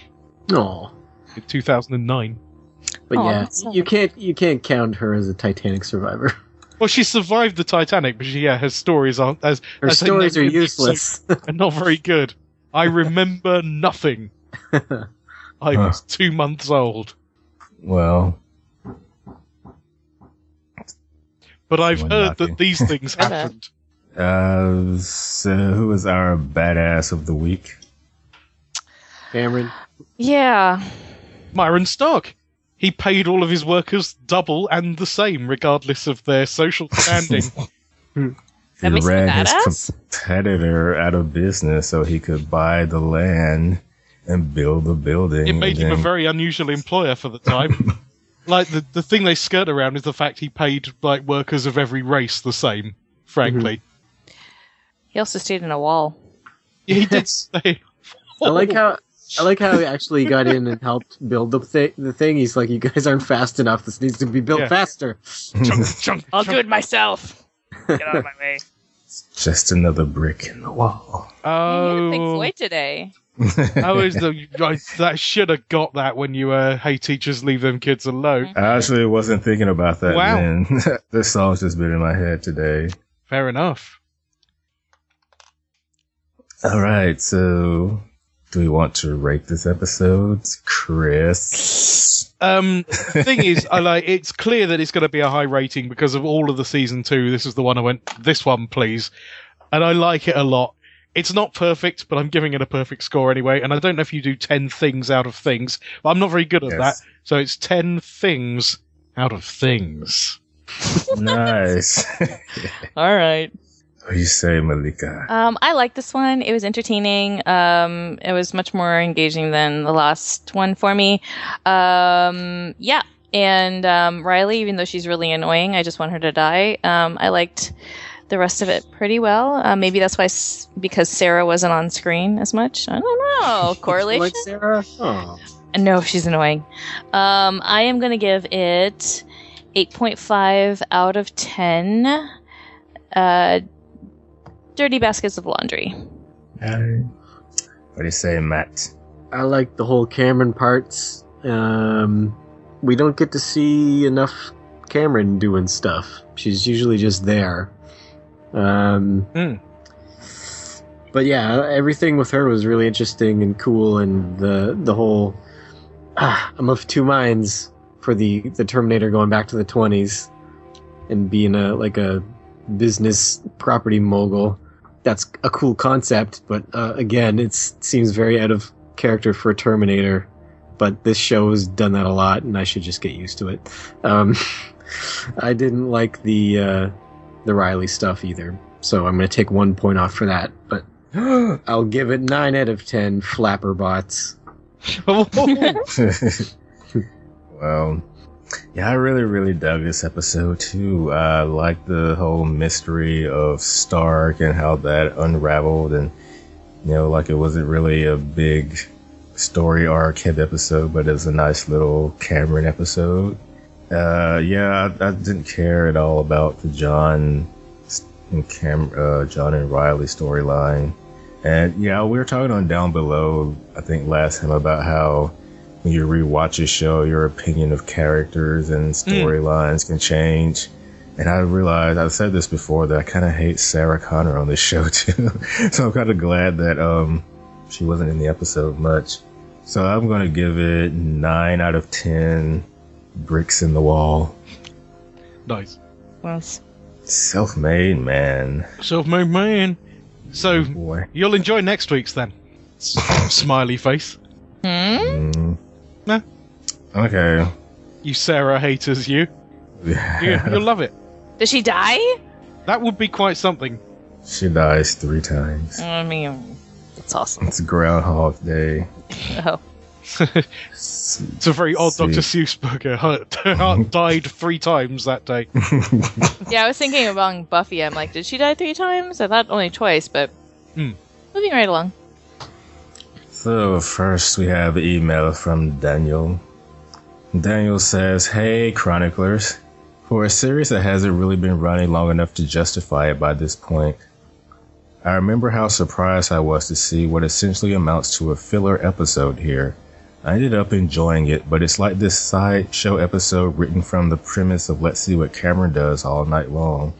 [SPEAKER 3] No.
[SPEAKER 4] in two thousand and nine.
[SPEAKER 3] But
[SPEAKER 2] Aw,
[SPEAKER 3] yeah,
[SPEAKER 2] that's sad.
[SPEAKER 3] you can't you can't count her as a Titanic survivor.
[SPEAKER 4] Well, she survived the Titanic, but she, yeah, her stories aren't as
[SPEAKER 3] Her
[SPEAKER 4] As a
[SPEAKER 3] stories are
[SPEAKER 4] negative
[SPEAKER 3] useless.
[SPEAKER 4] and not very good. I remember nothing. I
[SPEAKER 1] Huh.
[SPEAKER 4] was two months old,
[SPEAKER 1] Well,
[SPEAKER 4] but I've
[SPEAKER 1] Well,
[SPEAKER 4] heard
[SPEAKER 1] lucky.
[SPEAKER 4] that these things
[SPEAKER 2] Hello.
[SPEAKER 4] happened.
[SPEAKER 1] uh, so who was our badass of the week?
[SPEAKER 3] Cameron.
[SPEAKER 2] Yeah.
[SPEAKER 4] Myron Stark. He paid all of his workers double and the same, regardless of their social standing.
[SPEAKER 1] He
[SPEAKER 8] makes him a
[SPEAKER 1] ran
[SPEAKER 8] badass?
[SPEAKER 1] his competitor out of business so he could buy the land and build the building.
[SPEAKER 4] it made
[SPEAKER 1] and
[SPEAKER 4] him a
[SPEAKER 1] then-
[SPEAKER 4] very unusual employer for the time. like the the thing they skirt around is the fact he paid like workers of every race the same. Frankly,
[SPEAKER 2] He also stayed in a wall.
[SPEAKER 1] Mm-hmm.
[SPEAKER 4] he did say.
[SPEAKER 3] I
[SPEAKER 4] Oh.
[SPEAKER 3] like how I like how he actually got in and helped build the, th- the thing. He's like, you guys aren't fast enough. This needs to be built
[SPEAKER 4] Yeah.
[SPEAKER 3] faster.
[SPEAKER 4] chunk, chunk,
[SPEAKER 9] I'll
[SPEAKER 4] chunk.
[SPEAKER 9] do it myself. Get out of my way.
[SPEAKER 1] just another brick in the wall.
[SPEAKER 8] You
[SPEAKER 4] Oh,
[SPEAKER 8] had a Pink Floyd today.
[SPEAKER 4] How is the I, that should have got that when you uh hey teachers leave them kids alone.
[SPEAKER 1] I actually wasn't thinking about that
[SPEAKER 4] Wow.
[SPEAKER 1] then. this song's just been in my head today.
[SPEAKER 8] Mm-hmm.
[SPEAKER 4] Fair enough.
[SPEAKER 1] All right, so do we want to rate this episode, Chris?
[SPEAKER 4] Um thing is I like it's clear that it's gonna be a high rating because of all of the season two, this is the one I went this one please. And I like it a lot. It's not perfect, but I'm giving it a perfect score anyway, and I don't know if you do ten things out of things. But I'm not very good at
[SPEAKER 1] Yes.
[SPEAKER 4] that. So it's ten things out of things.
[SPEAKER 1] nice.
[SPEAKER 2] All right.
[SPEAKER 1] what do you say, Malika?
[SPEAKER 2] Um, I like this one. It was entertaining. Um, it was much more engaging than the last one for me. Um, yeah. And um, Riley, even though she's really annoying, I just want her to die. Um, I liked the rest of it pretty well. Uh, maybe that's why, s- because Sarah wasn't on screen as much. I don't know.
[SPEAKER 3] You
[SPEAKER 2] Correlation?
[SPEAKER 3] Like Sarah. Oh.
[SPEAKER 2] No, she's annoying. Um, I am going to give it 8.5 out of 10 uh, dirty baskets of laundry.
[SPEAKER 1] Hi. What do you say, Matt?
[SPEAKER 3] I like the whole Cameron parts. Um, we don't get to see enough Cameron doing stuff. She's usually just there. Um,
[SPEAKER 4] Hmm.
[SPEAKER 3] but yeah, everything with her was really interesting and cool, and the the whole ah, I'm of two minds for the the Terminator going back to the 20s and being a like a business property mogul. That's a cool concept, but uh, again, it seems very out of character for a Terminator. But this show has done that a lot, and I should just get used to it. Um, I didn't like the uh, the Riley stuff either, so I'm going to take one point off for that. But I'll give it nine out of ten flapper bots.
[SPEAKER 1] well, yeah, I really, really dug this episode too. I like the whole mystery of Stark and how that unraveled, and you know, like it wasn't really a big story arc head episode, but it was a nice little Cameron episode. Uh, yeah, I, I didn't care at all about the John and Cam, uh, John and Riley storyline. And yeah, we were talking on Down Below, I think last time about how when you rewatch a show, your opinion of characters and
[SPEAKER 4] Hmm.
[SPEAKER 1] storylines can change. And I realized I've said this before that I kind of hate Sarah Connor on this show too. so I'm kind of glad that um she wasn't in the episode much. So I'm going to give it nine out of ten bricks in the wall.
[SPEAKER 4] nice.
[SPEAKER 5] Was
[SPEAKER 1] Self-made man,
[SPEAKER 4] Self made man. So
[SPEAKER 1] boy.
[SPEAKER 4] you'll enjoy next week's then. S- Smiley face.
[SPEAKER 5] hmm?
[SPEAKER 1] Mm.
[SPEAKER 4] Nah.
[SPEAKER 1] Okay.
[SPEAKER 4] You Sarah haters, you. you you'll love it.
[SPEAKER 2] Does she die?
[SPEAKER 4] That would be quite something.
[SPEAKER 1] she dies three times.
[SPEAKER 2] I mean,
[SPEAKER 5] that's awesome.
[SPEAKER 1] It's Groundhog Day. S-
[SPEAKER 4] It's a very odd
[SPEAKER 1] See.
[SPEAKER 4] Dr. Seuss book. Her heart, her heart died three times that day.
[SPEAKER 2] yeah, I was thinking about Buffy. I'm like, did she die three times? I thought only twice, but
[SPEAKER 4] Hmm.
[SPEAKER 2] moving right along.
[SPEAKER 1] So, first we have email from Daniel. Daniel says, Hey, Chroniclers. For a series that hasn't really been running long enough to justify it by this point, I remember how surprised I was to see what essentially amounts to a filler episode here. I ended up enjoying it, but it's like this sideshow episode written from the premise of let's see what Cameron does all night long.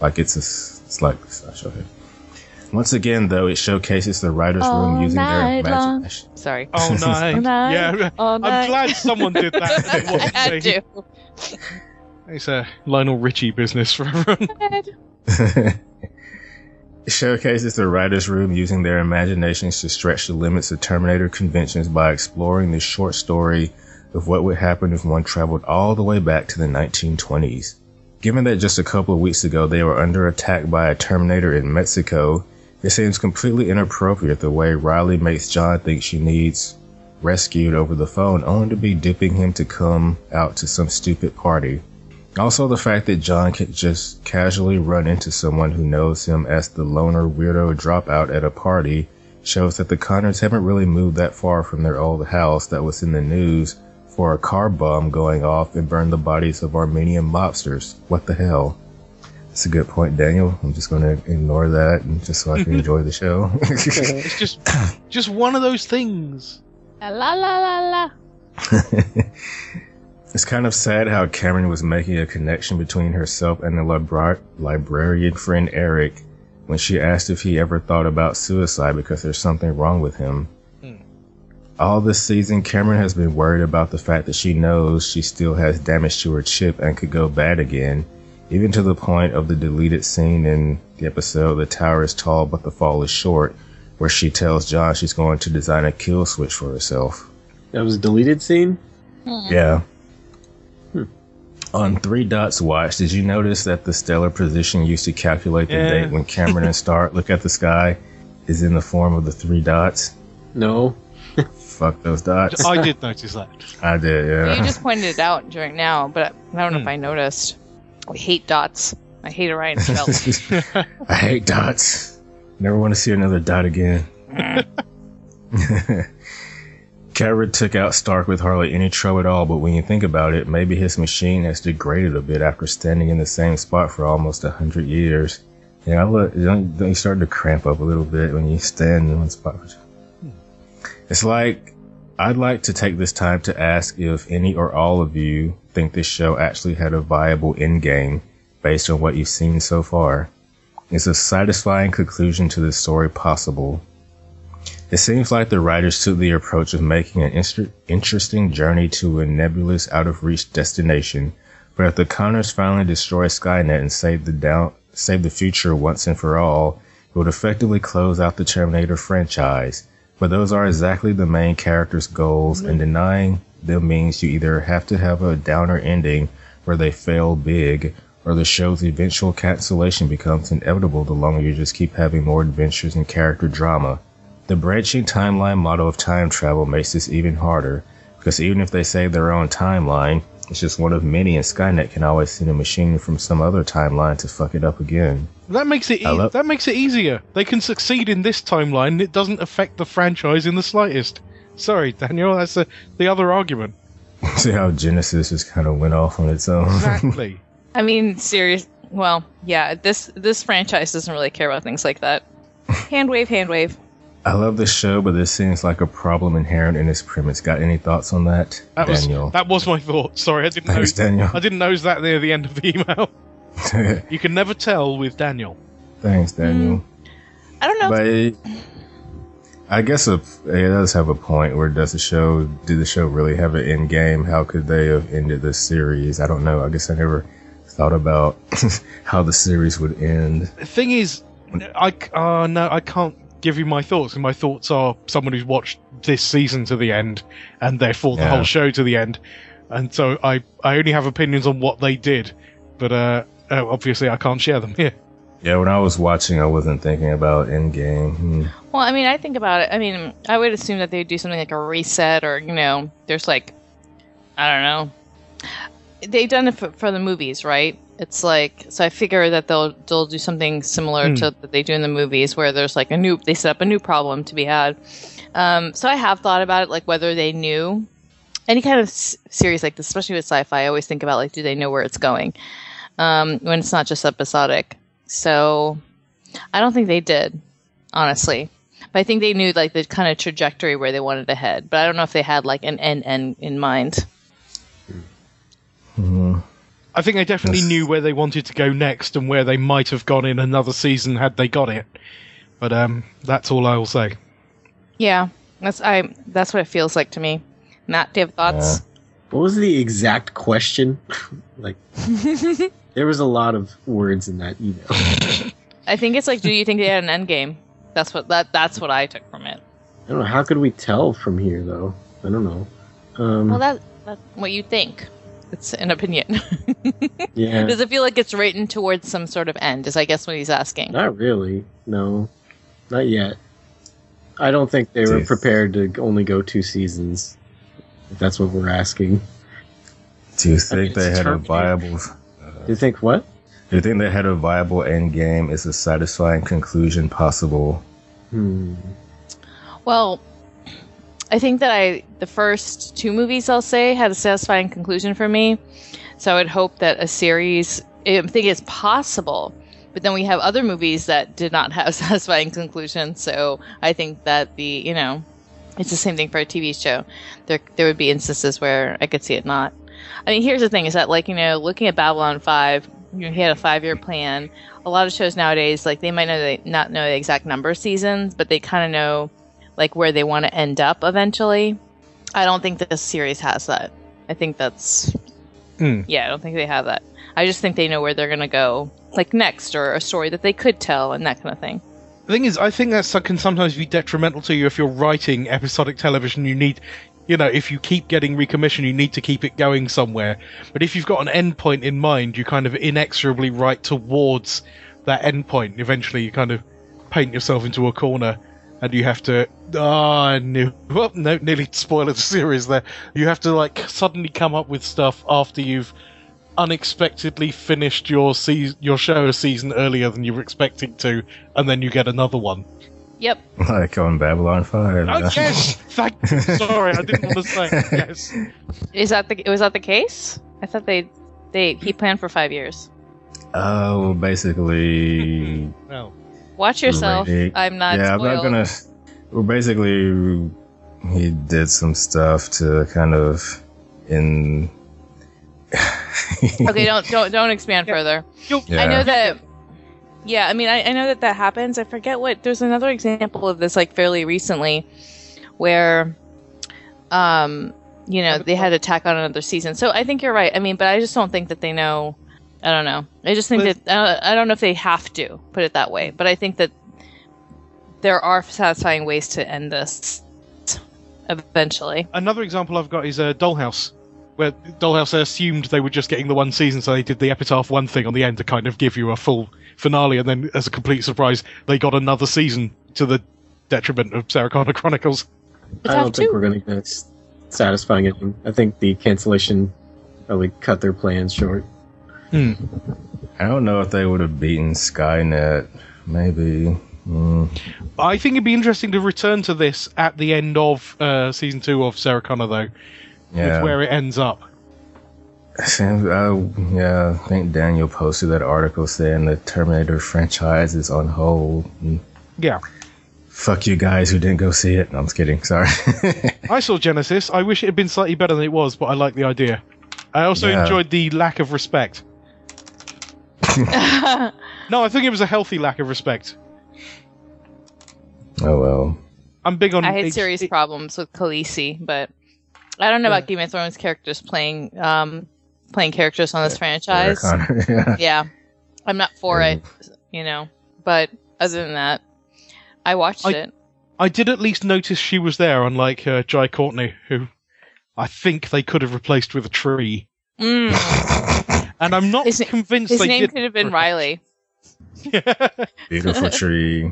[SPEAKER 1] Like it's a, s- it's like a sideshow. here. Once again, though, it showcases the writers' room
[SPEAKER 2] All
[SPEAKER 1] using their
[SPEAKER 2] night long.
[SPEAKER 1] imagination.
[SPEAKER 2] Sorry.
[SPEAKER 4] Oh, night.
[SPEAKER 2] night.
[SPEAKER 4] Yeah,
[SPEAKER 2] Oh,
[SPEAKER 4] I'm glad someone did that. It
[SPEAKER 2] I
[SPEAKER 4] wasn't me.
[SPEAKER 2] had to.
[SPEAKER 4] It's a Lionel Richie business for everyone.
[SPEAKER 1] It showcases the writers' room using their imaginations to stretch the limits of Terminator conventions by exploring the short story of what would happen if one traveled all the way back to the 1920s. Given that just a couple of weeks ago they were under attack by a Terminator in Mexico, it seems completely inappropriate the way Riley makes John think she needs rescued over the phone only to be duping him to come out to some stupid party. Also, the fact that John could just casually run into someone who knows him as the loner weirdo dropout at a party shows that the Connors haven't really moved that far from their old house that was in the news for a car bomb going off and burned the bodies of Armenian mobsters. What the hell? That's a good point, Daniel. I'm just going to ignore that and just so I can enjoy the show.
[SPEAKER 4] It's just, just one of those things.
[SPEAKER 2] La la la la.
[SPEAKER 1] It's kind of sad how Cameron was making a connection between herself and the libra- librarian friend Eric when she asked if he ever thought about suicide because there's something wrong with him.
[SPEAKER 4] Hmm.
[SPEAKER 1] All this season, Cameron has been worried about the fact that she knows she still has damage to her chip and could go bad again, even to the point of the deleted scene in the episode The Tower is Tall but the Fall is Short, where she tells John she's going to design a kill switch for herself.
[SPEAKER 3] That was a deleted scene.
[SPEAKER 1] Yeah.
[SPEAKER 3] Hmm.
[SPEAKER 1] On Three Dots Watch, did you notice that the stellar position used to calculate the
[SPEAKER 4] Yeah.
[SPEAKER 1] date when Cameron and Stark look at the sky is in the form of the three dots?
[SPEAKER 3] No,
[SPEAKER 1] Fuck those dots.
[SPEAKER 4] I did notice that.
[SPEAKER 1] I did,
[SPEAKER 2] You
[SPEAKER 1] yeah.
[SPEAKER 2] just pointed it out during now, but I don't know
[SPEAKER 4] Hmm.
[SPEAKER 2] if I noticed. I hate dots. I hate Orion belt.
[SPEAKER 1] I hate dots. Never want to see another dot again. Cameron took out Stark with hardly any trouble at all, but when you think about it, maybe his machine has degraded a bit after standing in the same spot for almost a hundred years. Yeah, I look, don't, don't you start to cramp up a little bit when you stand in one spot? For It's like I'd like to take this time to ask if any or all of you think this show actually had a viable endgame based on what you've seen so far. is a satisfying conclusion to this story possible. It seems like the writers took the approach of making an inst- interesting journey to a nebulous, out of reach destination, but if the Connors finally destroy Skynet and save the down- save the future once and for all, it would effectively close out the Terminator franchise. But those are exactly the main character's goals, and denying them means you either have to have a downer ending where they fail big, or the show's eventual cancellation becomes inevitable the longer you just keep having more adventures and character drama. The branching timeline model of time travel makes this even harder, because even if they save their own timeline, it's just one of many, and Skynet can always send a machine from some other timeline to fuck it up again.
[SPEAKER 4] That makes it e-
[SPEAKER 1] Hello?
[SPEAKER 4] that makes it easier. They can succeed in this timeline. and It doesn't affect the franchise in the slightest. Sorry, Daniel. That's the the other argument.
[SPEAKER 1] See how Genesis just kind of went off on its own.
[SPEAKER 4] Exactly.
[SPEAKER 2] I mean, serious. Well, yeah. This this franchise doesn't really care about things like that. hand wave, hand wave.
[SPEAKER 1] I love this show, but this seems like a problem inherent in its premise. Got any thoughts on that,
[SPEAKER 4] That was
[SPEAKER 1] Daniel?
[SPEAKER 4] that was my thought. Sorry, I didn't know.
[SPEAKER 1] Thanks, Daniel.
[SPEAKER 4] I didn't know that near the end of the email. You can never tell with Daniel.
[SPEAKER 1] Thanks,
[SPEAKER 4] Mm.
[SPEAKER 1] Daniel.
[SPEAKER 5] I don't know.
[SPEAKER 1] But it- I guess a, it does have a point where does the show did the show really have an end game? How could they have ended this series? I don't know. I guess I never thought about how the series would end.
[SPEAKER 4] The thing is, I c- uh, no, I can't give you my thoughts, and my thoughts are someone who's watched this season to the end, and therefore the
[SPEAKER 1] Yeah.
[SPEAKER 4] whole show to the end, and so I I only have opinions on what they did, but uh, uh, obviously I can't share them here.
[SPEAKER 1] Yeah, when I was watching, I wasn't thinking about end game. Hmm.
[SPEAKER 2] Well, I mean, I think about it. I mean, I would assume that they'd do something like a reset, or you know, there's like, I don't know. They've done it for, for the movies, right? It's like so. I figure that they'll they'll do something similar
[SPEAKER 4] Hmm.
[SPEAKER 2] to that they do in the movies, where there's like a new they set up a new problem to be had. Um, so I have thought about it, like whether they knew any kind of s- series like this, especially with sci-fi. I always think about like, do they know where it's going um, when it's not just episodic? So I don't think they did, honestly. But I think they knew like the kind of trajectory where they wanted to head. But I don't know if they had like an end end in mind.
[SPEAKER 1] Mm-hmm.
[SPEAKER 4] I think they definitely
[SPEAKER 1] Yes.
[SPEAKER 4] knew where they wanted to go next and where they might have gone in another season had they got it, but um, that's all I will say.
[SPEAKER 2] Yeah, that's I. That's what it feels like to me. Matt, do you have thoughts?
[SPEAKER 3] What was the exact question? like, there was a lot of words in that email. I
[SPEAKER 2] I think it's like, do you think they had an end game? That's what that that's what I took from it.
[SPEAKER 3] don't know. How could we tell from here, though? I don't know. Um,
[SPEAKER 2] Well, that that's what you think. It's an opinion.
[SPEAKER 3] yeah,
[SPEAKER 2] Does it feel like it's written towards some sort of end? Is I guess what he's asking.
[SPEAKER 3] not really. No, not yet. I don't think they were
[SPEAKER 1] Jeez.
[SPEAKER 3] prepared to only go two seasons. If that's what we're asking.
[SPEAKER 1] Do you
[SPEAKER 3] I mean,
[SPEAKER 1] think they
[SPEAKER 3] it's
[SPEAKER 1] had a
[SPEAKER 3] Terminator.
[SPEAKER 1] viable?
[SPEAKER 3] Do you think what?
[SPEAKER 1] Do you think they had a viable end game? Is a satisfying conclusion possible?
[SPEAKER 3] Hmm.
[SPEAKER 2] Well, I think that I the first two movies I'll say had a satisfying conclusion for me. So I would hope that a series I think it's possible. But then we have other movies that did not have satisfying conclusions. So I think that the, you know, it's the same thing for a TV show. There there would be instances where I could see it not. I mean, here's the thing is that like, you know, looking at Babylon 5, you know, he had a 5-year plan. A lot of shows nowadays like they might know they not know the exact number of seasons, but they kind of know like where they want to end up eventually. I don't think this series has that. I think that's
[SPEAKER 4] Hmm.
[SPEAKER 2] yeah, I don't think they have that. I just think they know where they're gonna go, like next, or a story that they could tell, and that kind of thing.
[SPEAKER 4] The thing is, I think that so- can sometimes be detrimental to you if you're writing episodic television. You need, you know, if you keep getting recommissioned, you need to keep it going somewhere. But if you've got an end point in mind, you kind of inexorably write towards that end point. Eventually, you kind of paint yourself into a corner, and you have to. Ah, I knew. Well, no, nearly spoiled the series there. You have to like suddenly come up with stuff after you've unexpectedly finished your season, your show a season earlier than you were expecting to, and then you get another one.
[SPEAKER 2] Yep.
[SPEAKER 1] Like on Babylon Five?
[SPEAKER 4] Oh yes, thank. Sorry, I didn't want to say yes.
[SPEAKER 2] Is that the was that the case? I thought they they he planned for five years.
[SPEAKER 1] Oh, basically.
[SPEAKER 4] Well,
[SPEAKER 2] Watch yourself.
[SPEAKER 1] Right.
[SPEAKER 2] I'm not.
[SPEAKER 1] yeah, I'm not
[SPEAKER 2] spoiled.
[SPEAKER 1] gonna. Well, basically, he did some stuff to kind of in.
[SPEAKER 2] Okay, don't don't don't expand further.
[SPEAKER 4] you
[SPEAKER 1] Yeah.
[SPEAKER 2] I know that Yeah, I mean, I, I know that that happens. I forget what. There's another example of this, like fairly recently, where, um, you know, they had a tack on another season. So I think you're right. I mean, but I just don't think that they know. I don't know. I just think
[SPEAKER 4] But-
[SPEAKER 2] that I don't, I don't know if they have to put it that way, but I think that there are satisfying ways to end this eventually.
[SPEAKER 4] Another example I've got is uh, Dollhouse, where Dollhouse assumed they were just getting the one season, so they did the Epitaph one thing on the end to kind of give you a full finale, and then as a complete surprise, they got another season to the detriment of Sarah Connor Chronicles.
[SPEAKER 3] I don't think we're going to get s- satisfying it. I think the cancellation probably cut their plans short.
[SPEAKER 1] I don't know if they would have beaten Skynet. Maybe. Mm.
[SPEAKER 4] I think it'd be interesting to return to this at the end of uh, season two of Sarah Connor, though,
[SPEAKER 1] Yeah.
[SPEAKER 4] with where it ends up.
[SPEAKER 1] Sam, I, yeah, I think Daniel posted that article saying the Terminator franchise is on hold. Mm.
[SPEAKER 4] Yeah.
[SPEAKER 1] Fuck you guys who didn't go see it. No, I'm just kidding. Sorry.
[SPEAKER 4] I saw Genesis. I wish it had been slightly better than it was, but I like the idea. I also
[SPEAKER 1] Yeah.
[SPEAKER 4] enjoyed the lack of respect. No, I think it was a healthy lack of respect.
[SPEAKER 1] oh well.
[SPEAKER 4] I'm big on.
[SPEAKER 2] I had
[SPEAKER 4] ex-
[SPEAKER 2] serious problems with Khaleesi, but I don't know about Game of Thrones characters playing um, playing characters on this
[SPEAKER 1] Sarah
[SPEAKER 2] franchise.
[SPEAKER 1] Connor. yeah.
[SPEAKER 2] Yeah, I'm not for it, you know. But other than that, I watched
[SPEAKER 4] I-
[SPEAKER 2] it.
[SPEAKER 4] I did at least notice she was there, unlike uh, Jai Courtney, who I think they could have replaced with a tree.
[SPEAKER 2] Mm,
[SPEAKER 4] And I'm not
[SPEAKER 2] His-
[SPEAKER 4] convinced
[SPEAKER 2] his
[SPEAKER 4] they
[SPEAKER 2] name
[SPEAKER 4] did.
[SPEAKER 2] could have been Riley.
[SPEAKER 1] Beautiful tree.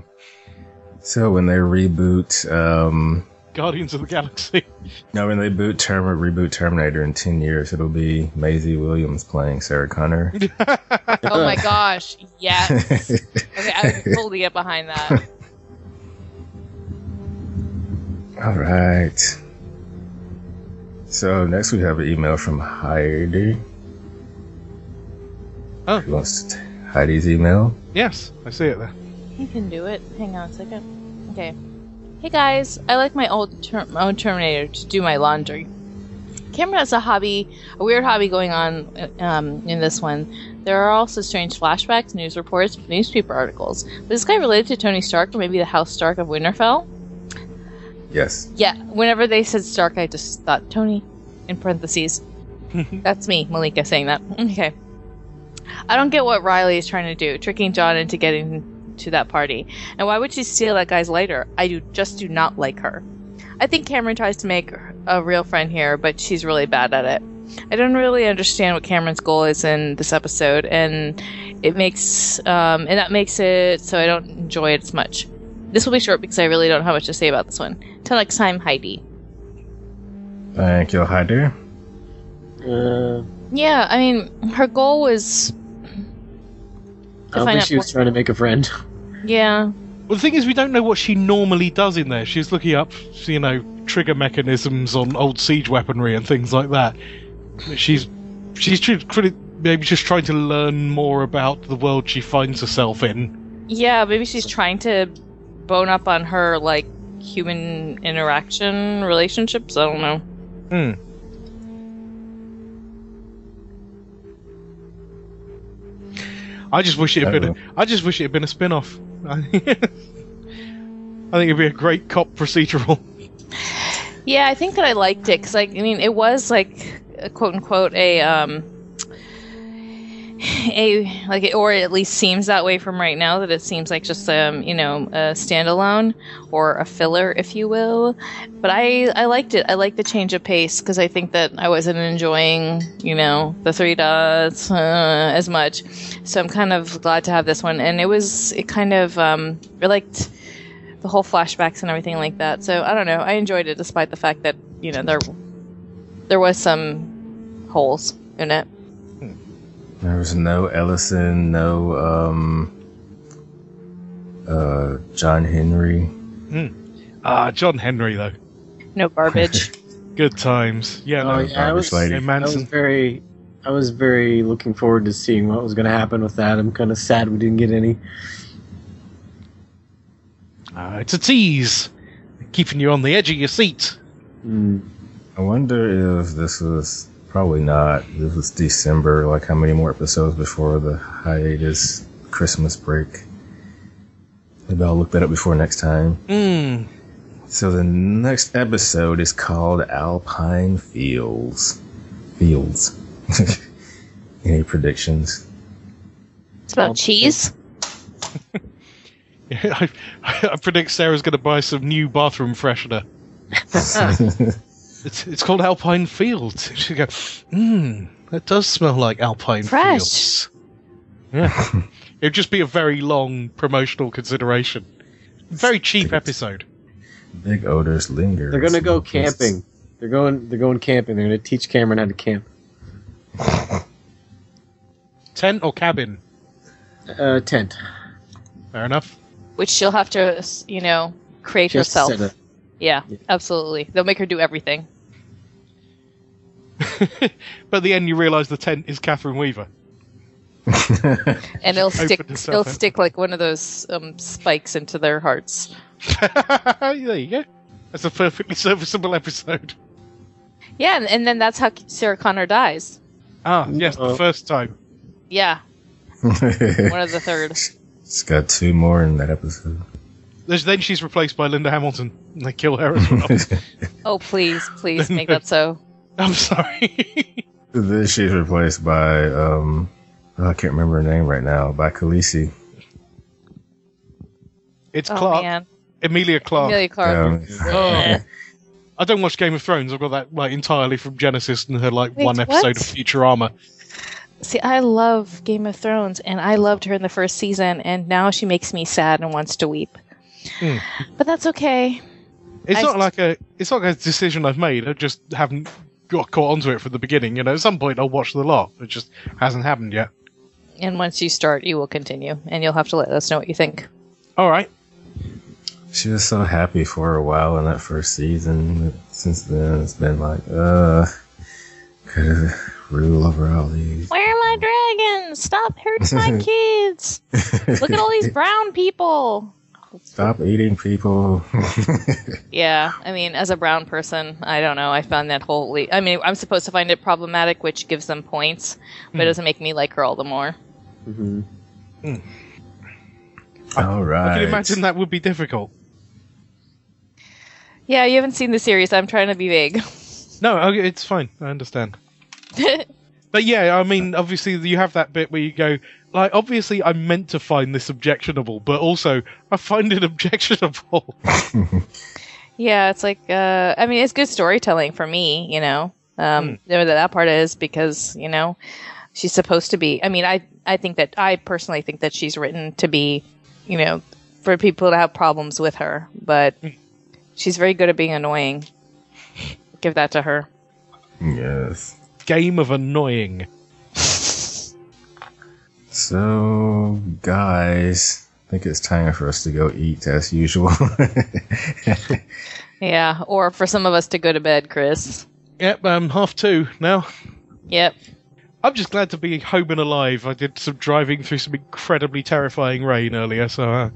[SPEAKER 1] So when they reboot, um,
[SPEAKER 4] Guardians of the Galaxy.
[SPEAKER 1] no, when they boot term reboot Terminator in ten years, it'll be Maisie Williams playing Sarah Connor.
[SPEAKER 2] Oh my gosh, yes. Okay, I would totally get behind that.
[SPEAKER 1] All right. So next we have an email from Heidi.
[SPEAKER 4] Oh.
[SPEAKER 1] Who wants to t- Heidi's email?
[SPEAKER 4] yes, I see it there.
[SPEAKER 2] He can do it. Hang on a second. Okay. Hey guys, I like my old ter- my own Terminator to do my laundry. Cameron has a hobby, a weird hobby going on uh, um, in this one. There are also strange flashbacks, news reports, newspaper articles. Was this guy related to Tony Stark or maybe the House Stark of Winterfell?
[SPEAKER 1] Yes.
[SPEAKER 2] Yeah, whenever they said Stark, I just thought Tony, in parentheses. That's me, Malika, saying that. Okay. I don't get what Riley is trying to do, tricking John into getting to that party. And why would she steal that guy's lighter? I do just do not like her. I think Cameron tries to make a real friend here, but she's really bad at it. I don't really understand what Cameron's goal is in this episode, and it makes um, and that makes it so I don't enjoy it as much. This will be short because I really don't have much to say about this one. Till next time, Heidi.
[SPEAKER 1] Thank you, Heidi.
[SPEAKER 3] Uh,
[SPEAKER 2] Yeah, I mean, her goal was.
[SPEAKER 3] I don't
[SPEAKER 2] find
[SPEAKER 3] think
[SPEAKER 2] out
[SPEAKER 3] she was trying to make a friend.
[SPEAKER 2] Yeah.
[SPEAKER 4] Well, the thing is, we don't know what she normally does in there. She's looking up, you know, trigger mechanisms on old siege weaponry and things like that. She's she's tr- cri- maybe just trying to learn more about the world she finds herself in.
[SPEAKER 2] Yeah, maybe she's trying to bone up on her, like, human interaction relationships. I don't know.
[SPEAKER 4] Hmm. I just wish it had been. A, I just wish it had been a spin-off. I think it'd be a great cop procedural.
[SPEAKER 2] Yeah, I think that I liked it because, like, I mean, it was like a quote unquote a um a like, or it at least seems that way from right now that it seems like just um you know a standalone or a filler, if you will. But I I liked it. I liked the change of pace because I think that I wasn't enjoying you know the three dots uh, as much. So I'm kind of glad to have this one, and it was it kind of um I liked the whole flashbacks and everything like that. So I don't know. I enjoyed it despite the fact that you know there there was some holes in it.
[SPEAKER 1] There was no Ellison, no um, uh, John Henry.
[SPEAKER 4] Ah, John Henry though.
[SPEAKER 2] No garbage.
[SPEAKER 4] Good times. Yeah.
[SPEAKER 3] Oh
[SPEAKER 4] no.
[SPEAKER 1] yeah,
[SPEAKER 3] yeah, I was,
[SPEAKER 1] Garbage
[SPEAKER 4] Yeah,
[SPEAKER 1] lady.
[SPEAKER 3] I was
[SPEAKER 4] Manson.
[SPEAKER 3] very, I was very looking forward to seeing what was going to happen with that. I'm kind of sad we didn't get any.
[SPEAKER 4] Ah, it's a tease, keeping you on the edge of your seat.
[SPEAKER 3] Mm.
[SPEAKER 1] I wonder if this was probably not. This was December. Like how many more episodes before the hiatus? Christmas break. Maybe I'll look that up before next time.
[SPEAKER 4] Mm.
[SPEAKER 1] So the next episode is called Alpine Fields. Fields. Any predictions?
[SPEAKER 5] It's about cheese.
[SPEAKER 4] I, I predict Sarah's going to buy some new bathroom freshener. It's, it's called Alpine Fields. She go, hmm, that does smell like Alpine
[SPEAKER 5] Fresh.
[SPEAKER 4] Fields. Yeah. It'd just be a very long promotional consideration. Very cheap episode.
[SPEAKER 1] Big odors linger.
[SPEAKER 3] They're gonna go camping. They're going. They're going camping. They're gonna teach Cameron how to camp.
[SPEAKER 4] Tent or cabin?
[SPEAKER 3] Uh, tent.
[SPEAKER 4] Fair enough.
[SPEAKER 2] which she'll have to, you know, create
[SPEAKER 3] Just
[SPEAKER 2] herself.
[SPEAKER 3] set up.
[SPEAKER 2] Yeah, absolutely. They'll make her do everything.
[SPEAKER 4] But at the end, you realise the tent is Catherine Weaver.
[SPEAKER 2] And they'll
[SPEAKER 4] opened
[SPEAKER 2] stick.
[SPEAKER 4] herself
[SPEAKER 2] They'll
[SPEAKER 4] up.
[SPEAKER 2] stick like one of those um, spikes into their hearts.
[SPEAKER 4] there you go. That's a perfectly serviceable episode.
[SPEAKER 2] Yeah, and, and then that's how Sarah Connor dies.
[SPEAKER 4] Ah, yes,
[SPEAKER 3] Uh,
[SPEAKER 4] the first time.
[SPEAKER 2] Yeah,
[SPEAKER 1] camping.
[SPEAKER 2] one of the third.
[SPEAKER 1] it's got two more in that episode.
[SPEAKER 4] There's, then she's replaced by Linda Hamilton. And they kill her as well.
[SPEAKER 2] Oh, please, please make that so.
[SPEAKER 4] I'm sorry.
[SPEAKER 1] Then she's replaced by um I can't remember her name right now, by Khaleesi.
[SPEAKER 4] it's
[SPEAKER 2] Oh
[SPEAKER 4] Clark.
[SPEAKER 2] man,
[SPEAKER 4] Emilia Clark.
[SPEAKER 2] Amelia Clark.
[SPEAKER 1] Um,
[SPEAKER 4] Oh. I don't watch Game of Thrones. I've got that like entirely from Genesis and her like
[SPEAKER 2] Wait,
[SPEAKER 4] one
[SPEAKER 2] what?
[SPEAKER 4] episode of Futurama.
[SPEAKER 2] See, I love Game of Thrones, and I loved her in the first season, and now she makes me sad and wants to weep.
[SPEAKER 4] Hmm.
[SPEAKER 2] But that's okay.
[SPEAKER 4] It's
[SPEAKER 2] I-
[SPEAKER 4] not like a it's not like a decision I've made. I just haven't got caught onto it from the beginning. You know, at some point I'll watch the lot. It just hasn't happened yet.
[SPEAKER 2] And once you start, you will continue, and you'll have to let us know what you think.
[SPEAKER 4] All right.
[SPEAKER 1] She was so happy for a while in that first season. Since then, it's been like, uh, could rule over all these.
[SPEAKER 2] Where are my dragons? Stop hurting my kids! Look at all these brown people.
[SPEAKER 1] Stop eating people.
[SPEAKER 2] Yeah, I mean, as a brown person, I don't know. I found that wholly. I mean, I'm supposed to find it problematic, which gives them points, but it doesn't make me like her all the more.
[SPEAKER 3] Mhm.
[SPEAKER 1] all
[SPEAKER 4] I
[SPEAKER 1] right.
[SPEAKER 4] can imagine that would be difficult.
[SPEAKER 2] Yeah, you haven't seen the series. I'm trying to be vague.
[SPEAKER 4] No, okay, it's fine. I understand. But yeah, I mean, obviously you have that bit where you go, like, obviously I meant to find this objectionable, but also I find it objectionable.
[SPEAKER 2] yeah, it's like. Uh, I mean, it's good storytelling for me. You know, um, know that that part is because you know she's supposed to be. I mean, I I think that I personally think that she's written to be, you know, for people to have problems with her, but she's very good at being annoying. Give that to her.
[SPEAKER 1] Yes.
[SPEAKER 4] Game of annoying.
[SPEAKER 1] So, guys, I think it's time for us to go eat as usual.
[SPEAKER 2] Yeah, or for some of us to go to bed, Chris.
[SPEAKER 4] Yep, um, half two now.
[SPEAKER 2] Yep.
[SPEAKER 4] I'm just glad to be home and alive. I did some driving through some incredibly terrifying rain earlier, so uh,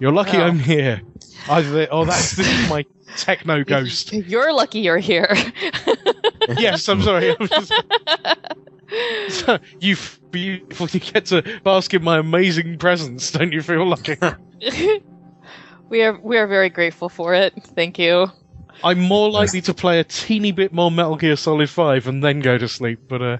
[SPEAKER 4] you're lucky
[SPEAKER 2] Oh.
[SPEAKER 4] I'm here. Either oh, that's this is my techno ghost.
[SPEAKER 2] You're lucky you're here.
[SPEAKER 4] yes, I'm sorry. I'm just- So, you f- beautiful, you get to bask in my amazing presence. Don't you feel lucky?
[SPEAKER 2] we are we are very grateful for it. Thank you.
[SPEAKER 4] I'm more likely to play a teeny bit more Metal Gear Solid 5 and then go to sleep, but uh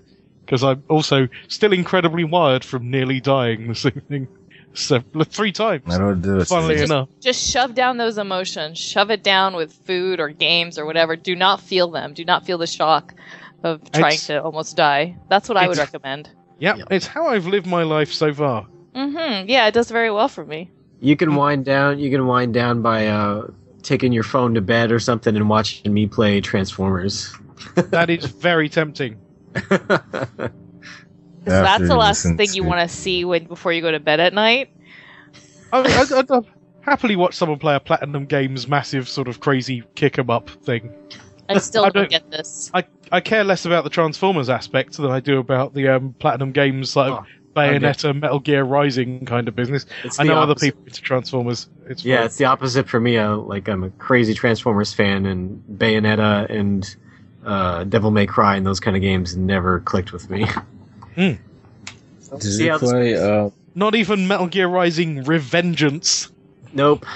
[SPEAKER 4] 'cause I'm also still incredibly wired from nearly dying this evening, so three times.
[SPEAKER 1] That'll do it.
[SPEAKER 4] Funnily
[SPEAKER 1] Susan.
[SPEAKER 4] enough,
[SPEAKER 2] Just shove down those emotions. Shove it down with food or games or whatever. Do not feel them. Do not feel the shock of trying
[SPEAKER 4] It's-
[SPEAKER 2] to almost die. That's what I would
[SPEAKER 4] It's-
[SPEAKER 2] recommend.
[SPEAKER 4] yeah,
[SPEAKER 3] Yeah.
[SPEAKER 4] it's how I've lived my life so far.
[SPEAKER 2] Mhm. Yeah, it does very well for me.
[SPEAKER 3] You can wind down. You can wind down by uh, taking your phone to bed or something and watching me play Transformers.
[SPEAKER 4] That is very tempting.
[SPEAKER 2] So
[SPEAKER 1] After
[SPEAKER 2] that's the last
[SPEAKER 1] listening
[SPEAKER 2] thing you
[SPEAKER 1] to-
[SPEAKER 2] want to see when before you go to bed at night.
[SPEAKER 4] I, I'd, I'd, I'd happily watch someone play a Platinum Games massive sort of crazy kick 'em up thing.
[SPEAKER 2] I still
[SPEAKER 4] I
[SPEAKER 2] don't
[SPEAKER 4] don't-
[SPEAKER 2] get this.
[SPEAKER 4] I I care less about the Transformers aspect than I do about the um, Platinum Games like
[SPEAKER 3] Oh,
[SPEAKER 4] Bayonetta, Metal Gear Rising kind of business.
[SPEAKER 3] It's
[SPEAKER 4] I
[SPEAKER 3] the
[SPEAKER 4] know other
[SPEAKER 3] opposite.
[SPEAKER 4] people into Transformers. It's
[SPEAKER 3] Yeah,
[SPEAKER 4] fine.
[SPEAKER 3] it's the opposite for me. I, like I'm a crazy Transformers fan, and Bayonetta and uh, Devil May Cry
[SPEAKER 4] Hmm.
[SPEAKER 3] and those kind of games never clicked with me.
[SPEAKER 1] Did
[SPEAKER 3] See
[SPEAKER 1] you
[SPEAKER 3] how this
[SPEAKER 1] play uh,
[SPEAKER 4] Not even Metal Gear Rising Revengeance.
[SPEAKER 3] Nope.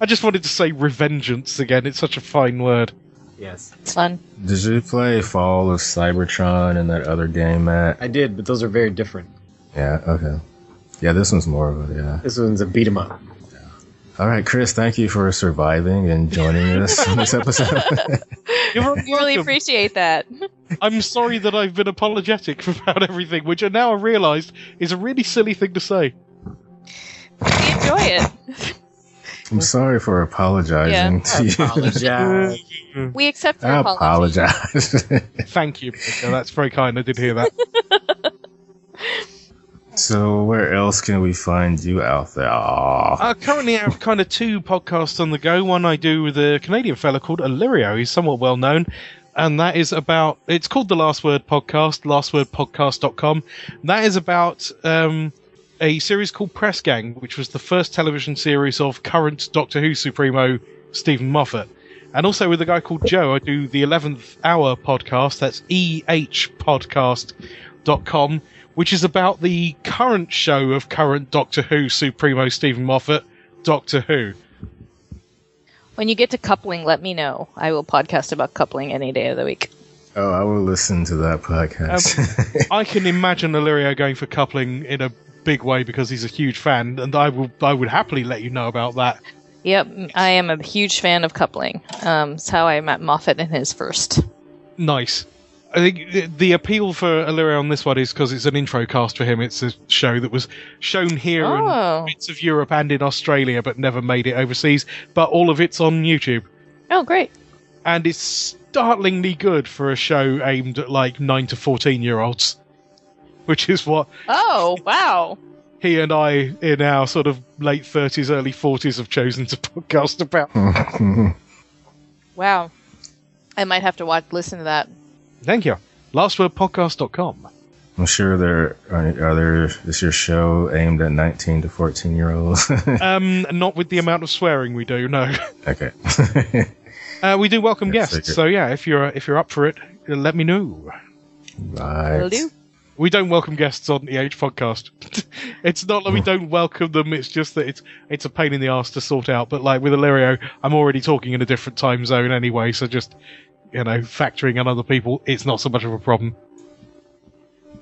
[SPEAKER 4] I just wanted to say revengeance again. It's such a fine word.
[SPEAKER 3] Yes.
[SPEAKER 2] It's fun.
[SPEAKER 1] Did you play Fall of Cybertron and that other game, Matt?
[SPEAKER 3] I did, but those are very different.
[SPEAKER 1] Yeah, okay. Yeah, this one's more of a, yeah.
[SPEAKER 3] This one's a beat 'em up.
[SPEAKER 1] All right, Chris, thank you for surviving and joining us on this episode.
[SPEAKER 4] You're
[SPEAKER 2] We really
[SPEAKER 4] welcome.
[SPEAKER 2] appreciate that.
[SPEAKER 4] I'm sorry that I've been apologetic about everything, which I now realised is a really silly thing to say.
[SPEAKER 2] We enjoy it.
[SPEAKER 1] I'm sorry for apologizing to you.
[SPEAKER 3] Apologize.
[SPEAKER 2] We accept your
[SPEAKER 1] I
[SPEAKER 2] apology.
[SPEAKER 1] apologize.
[SPEAKER 4] Thank you. Monica. That's very kind. I did hear that.
[SPEAKER 1] so, where else can we find you out there? Aw.
[SPEAKER 4] Uh, currently, I have kind of two podcasts on the go. One I do with a Canadian fella called Illyrio. He's somewhat well known. And that is about, it's called The Last Word Podcast, lastwordpodcast.com. That is about um, a series called Press Gang, which was the first television series of current Doctor Who Supremo Stephen Moffat. And also with a guy called Joe, I do the 11th Hour podcast. That's E ehpodcast.com, which is about the current show of current Doctor Who Supremo Stephen Moffat, Doctor Who.
[SPEAKER 2] When you get to coupling, let me know. I will podcast about coupling any day of the week.
[SPEAKER 1] Oh, I will listen to that podcast.
[SPEAKER 4] I can imagine Illyrio going for coupling in a big way because he's a huge fan, and I will I would happily let you know about that.
[SPEAKER 2] Yep, I am a huge fan of coupling. Um, it's how I met Moffat in his first.
[SPEAKER 4] Nice. I think the- the appeal for Illyrio on this one is because it's an intro cast for him. It's a show that was shown here
[SPEAKER 2] Oh.
[SPEAKER 4] in bits of Europe and in Australia, but never made it overseas. But all of it's on YouTube,
[SPEAKER 2] Oh, great.
[SPEAKER 4] and it's startlingly good for a show aimed at like nine to fourteen year olds, which is what
[SPEAKER 2] Oh, wow.
[SPEAKER 4] he and I, in our sort of late 30s, early 40s, have chosen to podcast about.
[SPEAKER 1] um,
[SPEAKER 2] Wow. I might have to watch, listen to that.
[SPEAKER 4] Thank you. Lastwordpodcast.com.
[SPEAKER 1] I'm sure there are other. Is your show aimed at 19 to 14 year olds?
[SPEAKER 4] Um, not with the amount of swearing we do, no.
[SPEAKER 1] okay.
[SPEAKER 4] Uh, we do welcome
[SPEAKER 1] Yes,
[SPEAKER 4] guests,
[SPEAKER 1] they do.
[SPEAKER 4] so yeah, if you're if you're up for it, uh, let me know.
[SPEAKER 1] right.
[SPEAKER 2] do.
[SPEAKER 4] We don't welcome guests on the Age Podcast. it's not that we don't welcome them; it's just that it's it's a pain in the ass to sort out. But like with Illyrio, I'm already talking in a different time zone anyway, so just you know, factoring in other people, it's not so much of a problem.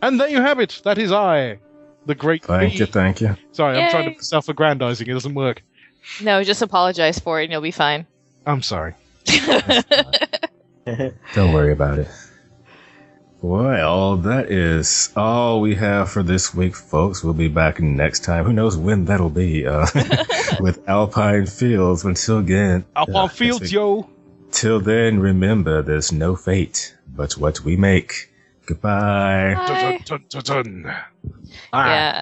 [SPEAKER 4] And there you have it. That is I, the great.
[SPEAKER 1] Thank
[SPEAKER 4] me.
[SPEAKER 1] you. Thank you.
[SPEAKER 4] Sorry, I'm trying
[SPEAKER 2] Yay.
[SPEAKER 4] to self-aggrandizing. It doesn't work.
[SPEAKER 2] No, just apologize for it and you'll be fine.
[SPEAKER 4] I'm sorry.
[SPEAKER 1] Don't worry about it. Well, that is all we have for this week, folks. We'll be back next time. Who knows when that'll be? Uh, with Alpine Fields. Until again,
[SPEAKER 4] Up
[SPEAKER 1] Yeah,
[SPEAKER 4] on
[SPEAKER 1] that's
[SPEAKER 4] fields,
[SPEAKER 1] it.
[SPEAKER 4] yo.
[SPEAKER 1] till then, remember there's no fate but what we make. Goodbye.
[SPEAKER 4] Dun, dun, dun, dun, dun.
[SPEAKER 3] All right.
[SPEAKER 2] Yeah.